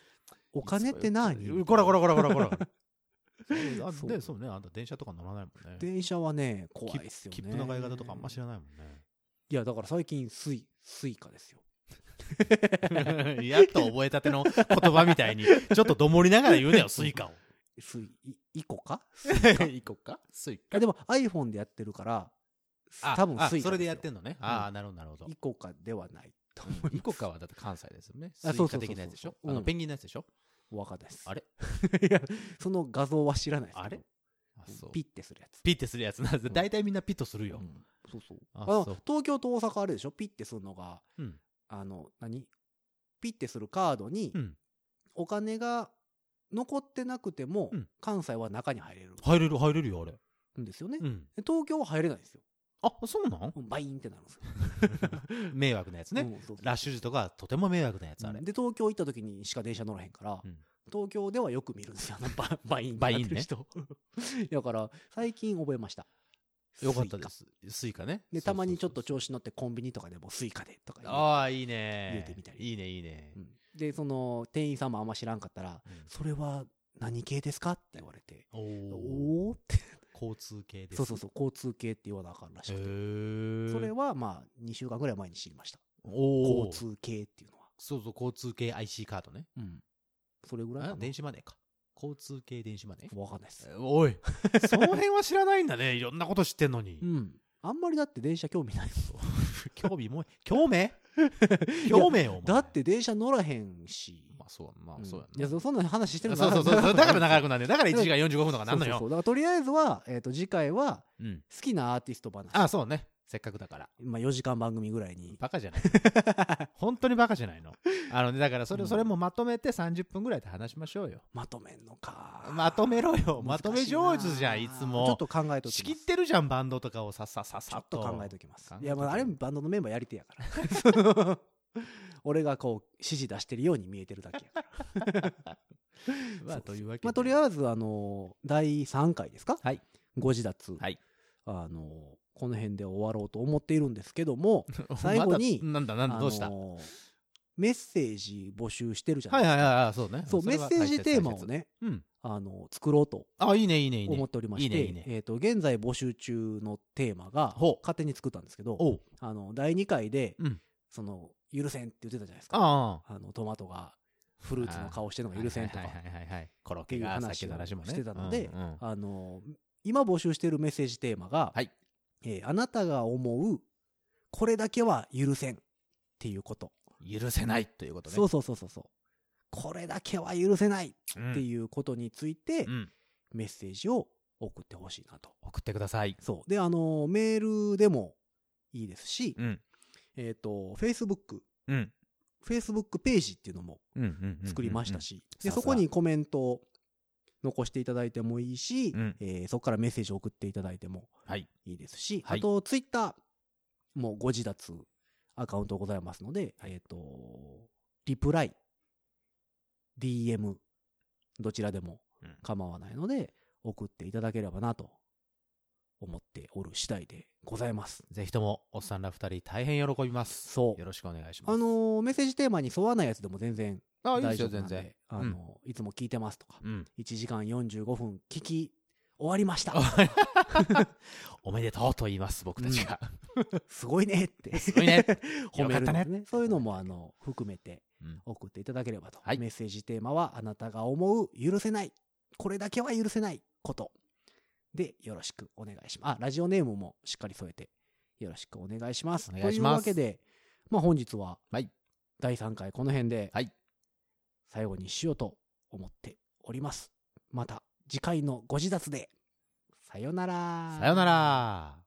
[SPEAKER 2] お金って何
[SPEAKER 3] こらこらこらこらこらそうあ
[SPEAKER 2] そう
[SPEAKER 3] でそうねあんた電車とか乗らないもんね
[SPEAKER 2] 電車はね怖いっすよね
[SPEAKER 3] 切符の買い方とかあんま知らないもん
[SPEAKER 2] いやだから最近スイスイカですよ
[SPEAKER 3] ね やっと覚えたての言葉みたいにちょっとどもりながら言うなよスイカを
[SPEAKER 2] スイイイコか
[SPEAKER 3] 行こっかスイカ
[SPEAKER 2] あでも iPhone でやってるから
[SPEAKER 3] あ
[SPEAKER 2] 多分スイカ
[SPEAKER 3] あそれでやって
[SPEAKER 2] ん
[SPEAKER 3] んのねああなるほどなるほど
[SPEAKER 2] イコかではないと思います
[SPEAKER 3] イコカはだって関西ですよね。ス
[SPEAKER 2] あ
[SPEAKER 3] イ
[SPEAKER 2] そう
[SPEAKER 3] カ
[SPEAKER 2] そうそうそう
[SPEAKER 3] 的なやつでしょ
[SPEAKER 2] うん
[SPEAKER 3] あのペンギンのやつでしょ
[SPEAKER 2] わかんないです
[SPEAKER 3] あれ
[SPEAKER 2] いやその画像は知らないですけど
[SPEAKER 3] あれあそう
[SPEAKER 2] ピッてするやつ
[SPEAKER 3] ピッてするやつなんです。
[SPEAKER 2] うん
[SPEAKER 3] 大体みんなピッとする
[SPEAKER 2] う
[SPEAKER 3] よ。
[SPEAKER 2] んそうそう
[SPEAKER 3] あ
[SPEAKER 2] あの
[SPEAKER 3] そう
[SPEAKER 2] 東京と大阪あれでしょピッてするのが
[SPEAKER 3] うん。
[SPEAKER 2] あの何ピッてするカードに
[SPEAKER 3] うん。
[SPEAKER 2] お金が残ってなくても
[SPEAKER 3] うん
[SPEAKER 2] 関西は中に入れる
[SPEAKER 3] 入れる、入れるよ、あれ。
[SPEAKER 2] んですよね
[SPEAKER 3] うん。
[SPEAKER 2] で東京は入れないんですよ
[SPEAKER 3] あ、そうなん
[SPEAKER 2] バイーンってなるんですよ
[SPEAKER 3] 迷惑なやつね。
[SPEAKER 2] うんそうそう
[SPEAKER 3] ラッシュ時とかはとても迷惑なやつ、あれ。
[SPEAKER 2] で東京行った時にしか電車乗らへんから、
[SPEAKER 3] うん
[SPEAKER 2] 東京ではよく見るんですよあのババイン
[SPEAKER 3] バインね
[SPEAKER 2] ってなってる人 だから最近覚えました
[SPEAKER 3] よかった
[SPEAKER 2] スイ
[SPEAKER 3] で
[SPEAKER 2] カ
[SPEAKER 3] す。スイカね。
[SPEAKER 2] でたまにちょっと
[SPEAKER 3] ょ
[SPEAKER 2] 調子乗ってコンビニとかでもスイカでとか言う
[SPEAKER 3] ああ、い
[SPEAKER 2] 言
[SPEAKER 3] い
[SPEAKER 2] う
[SPEAKER 3] ね
[SPEAKER 2] てみた。り
[SPEAKER 3] いいね、いいね
[SPEAKER 2] う。んでその店員さんもあんま知らんかったら「それは何系ですか?」って言われて「
[SPEAKER 3] おおー。
[SPEAKER 2] おお」って
[SPEAKER 3] 交通系です。
[SPEAKER 2] そうそうそう交通系って言わなあかんらし
[SPEAKER 3] へ
[SPEAKER 2] くて
[SPEAKER 3] ー
[SPEAKER 2] それはまあ2週間ぐらい前に知りました
[SPEAKER 3] お
[SPEAKER 2] 交
[SPEAKER 3] お。そう
[SPEAKER 2] 通系っていうのは、
[SPEAKER 3] そう、交通系 IC カードね。
[SPEAKER 2] うん、それぐらい
[SPEAKER 3] あ
[SPEAKER 2] かな
[SPEAKER 3] 電子マネーか。交通系電子マネー
[SPEAKER 2] わかんないです
[SPEAKER 3] えおい、 その辺は知らないんだね。いろんなこと知ってんのに
[SPEAKER 2] う。んあんまりだって電車興味ない
[SPEAKER 3] 興味もえ、興味興味よ、お前
[SPEAKER 2] だっ、て電車乗らへんし。
[SPEAKER 3] まあそう、ま
[SPEAKER 2] うん
[SPEAKER 3] あそう
[SPEAKER 2] いや
[SPEAKER 3] や
[SPEAKER 2] そそんな話して
[SPEAKER 3] な。
[SPEAKER 2] る
[SPEAKER 3] そうそうそう、だから長くなんだよ。だから1時間45分とか
[SPEAKER 2] な
[SPEAKER 3] なんん
[SPEAKER 2] の
[SPEAKER 3] の
[SPEAKER 2] よ。そうそうそ
[SPEAKER 3] よ。
[SPEAKER 2] うだからとりあえずは、えっ、と、次回は
[SPEAKER 3] うん。
[SPEAKER 2] 好きなアーティスト話。
[SPEAKER 3] あ、そうね。せっかくだから。
[SPEAKER 2] まあ4時間番組ぐらいに。
[SPEAKER 3] バカじ ゃない。本当にバカじゃないの。あのね、だからそれ、
[SPEAKER 2] うん
[SPEAKER 3] それもまとめて30分ぐらいで話しましょうよ。
[SPEAKER 2] まとめんのか。
[SPEAKER 3] まとめろよ。ま
[SPEAKER 2] 難しいな
[SPEAKER 3] とめ上手じゃん、いつ
[SPEAKER 2] ちょっ
[SPEAKER 3] も。
[SPEAKER 2] と考えときます。
[SPEAKER 3] 仕切ってるじゃん、バンドとかをさささ
[SPEAKER 2] ちょ
[SPEAKER 3] さ
[SPEAKER 2] っと考えと
[SPEAKER 3] き。
[SPEAKER 2] きます
[SPEAKER 3] 考えと。き
[SPEAKER 2] いや、まああれバンドのメンバーやり手や から。 俺がこう指示出してるように見えてるだけやから。
[SPEAKER 3] まあ、というわけで。
[SPEAKER 2] まあとりあえず、あのー第3回ですか
[SPEAKER 3] はい。
[SPEAKER 2] ご自立。
[SPEAKER 3] はい
[SPEAKER 2] あのーこの辺で終わろうと思っているんですけども、最後
[SPEAKER 3] まだ
[SPEAKER 2] に
[SPEAKER 3] なんだ、なんだ、どうした、
[SPEAKER 2] あのーメッセージ募集してるじゃな
[SPEAKER 3] はいい
[SPEAKER 2] です
[SPEAKER 3] は
[SPEAKER 2] か。
[SPEAKER 3] いはいはい、そうね。
[SPEAKER 2] そう、
[SPEAKER 3] れ
[SPEAKER 2] メ
[SPEAKER 3] は
[SPEAKER 2] ッセージテーマを。
[SPEAKER 3] 大切
[SPEAKER 2] ね、
[SPEAKER 3] 大切うん。
[SPEAKER 2] あのー作ろうと
[SPEAKER 3] あ、いいね、いいね、いいね。
[SPEAKER 2] 思っておりまして、
[SPEAKER 3] いいねいいね
[SPEAKER 2] えっ、と、現在募集中のテーマが
[SPEAKER 3] ほう、
[SPEAKER 2] 勝手に作ったんですけど、
[SPEAKER 3] おう。
[SPEAKER 2] あの、第2回で、
[SPEAKER 3] うん
[SPEAKER 2] その、許せんって言ってたじゃないですか。
[SPEAKER 3] ああ。
[SPEAKER 2] あの、トマトが、フルーツの顔してるのが許せんとか
[SPEAKER 3] はい、はいはいはいはい。コロッ
[SPEAKER 2] ってい
[SPEAKER 3] ケ
[SPEAKER 2] う
[SPEAKER 3] がさっ
[SPEAKER 2] 話
[SPEAKER 3] きの
[SPEAKER 2] を
[SPEAKER 3] 話もね。
[SPEAKER 2] してたので
[SPEAKER 3] うんうん
[SPEAKER 2] あの、今募集しているメッセージテーマが、
[SPEAKER 3] はい
[SPEAKER 2] えーあなたが思う、これだけは許せんっていうこと。
[SPEAKER 3] 許せないということね。
[SPEAKER 2] そうそうそうそうそう。これだけは許せない
[SPEAKER 3] うん
[SPEAKER 2] っていうことについて
[SPEAKER 3] う、ん。
[SPEAKER 2] メッセージを送ってほしいなと。
[SPEAKER 3] 送ってください。
[SPEAKER 2] そう。で、あの、メールでもいいですし、
[SPEAKER 3] うん。
[SPEAKER 2] えっ、と、Facebook
[SPEAKER 3] うん。
[SPEAKER 2] Facebook ページっていうのも
[SPEAKER 3] うんうんうん
[SPEAKER 2] 作りました。し、で、
[SPEAKER 3] さす
[SPEAKER 2] そ
[SPEAKER 3] が
[SPEAKER 2] こにコメントを残していただいてもいいし、
[SPEAKER 3] うん
[SPEAKER 2] えーそこからメッセージを送っていただいても
[SPEAKER 3] はい。
[SPEAKER 2] いいですし、
[SPEAKER 3] はい
[SPEAKER 2] あと、ツイッターもご自立アカウントございますので、えっ、と、リプライ、DM、どちらでも
[SPEAKER 3] うん
[SPEAKER 2] 構わないので、送っていただければなと思っておる次第でございます。
[SPEAKER 3] ぜひとも、おっさんら二人、大変喜びます。
[SPEAKER 2] そう
[SPEAKER 3] よろしくお願いします。
[SPEAKER 2] あのーメッセージテーマに沿わないやつでも全然
[SPEAKER 3] あ
[SPEAKER 2] 大
[SPEAKER 3] いいです
[SPEAKER 2] 丈
[SPEAKER 3] よ、
[SPEAKER 2] 夫な
[SPEAKER 3] 全
[SPEAKER 2] んで、
[SPEAKER 3] 然。
[SPEAKER 2] あのーいつも聞いてますとか、
[SPEAKER 3] うん。
[SPEAKER 2] 1時間45分聞き終わりました。
[SPEAKER 3] おめでとうと言います、僕たちが。
[SPEAKER 2] すごいね って。
[SPEAKER 3] すごいね
[SPEAKER 2] 褒めるんです
[SPEAKER 3] よか
[SPEAKER 2] ね
[SPEAKER 3] ったね
[SPEAKER 2] そういうのも、あの、含めて
[SPEAKER 3] うん
[SPEAKER 2] 送っていただければと。
[SPEAKER 3] はい
[SPEAKER 2] メッセージテーマは、あなたが思う許せない。これだけは許せないこと。で、よろしくお願いします。あ、ラジオネームもしっかり添えて、よろしくお願いします。
[SPEAKER 3] お願いします
[SPEAKER 2] というわけで、まあ本日は、
[SPEAKER 3] はい
[SPEAKER 2] 第3回この辺で、
[SPEAKER 3] はい
[SPEAKER 2] 最後にしようと思っております。また次回のご自立で、さよなら。
[SPEAKER 3] さよなら。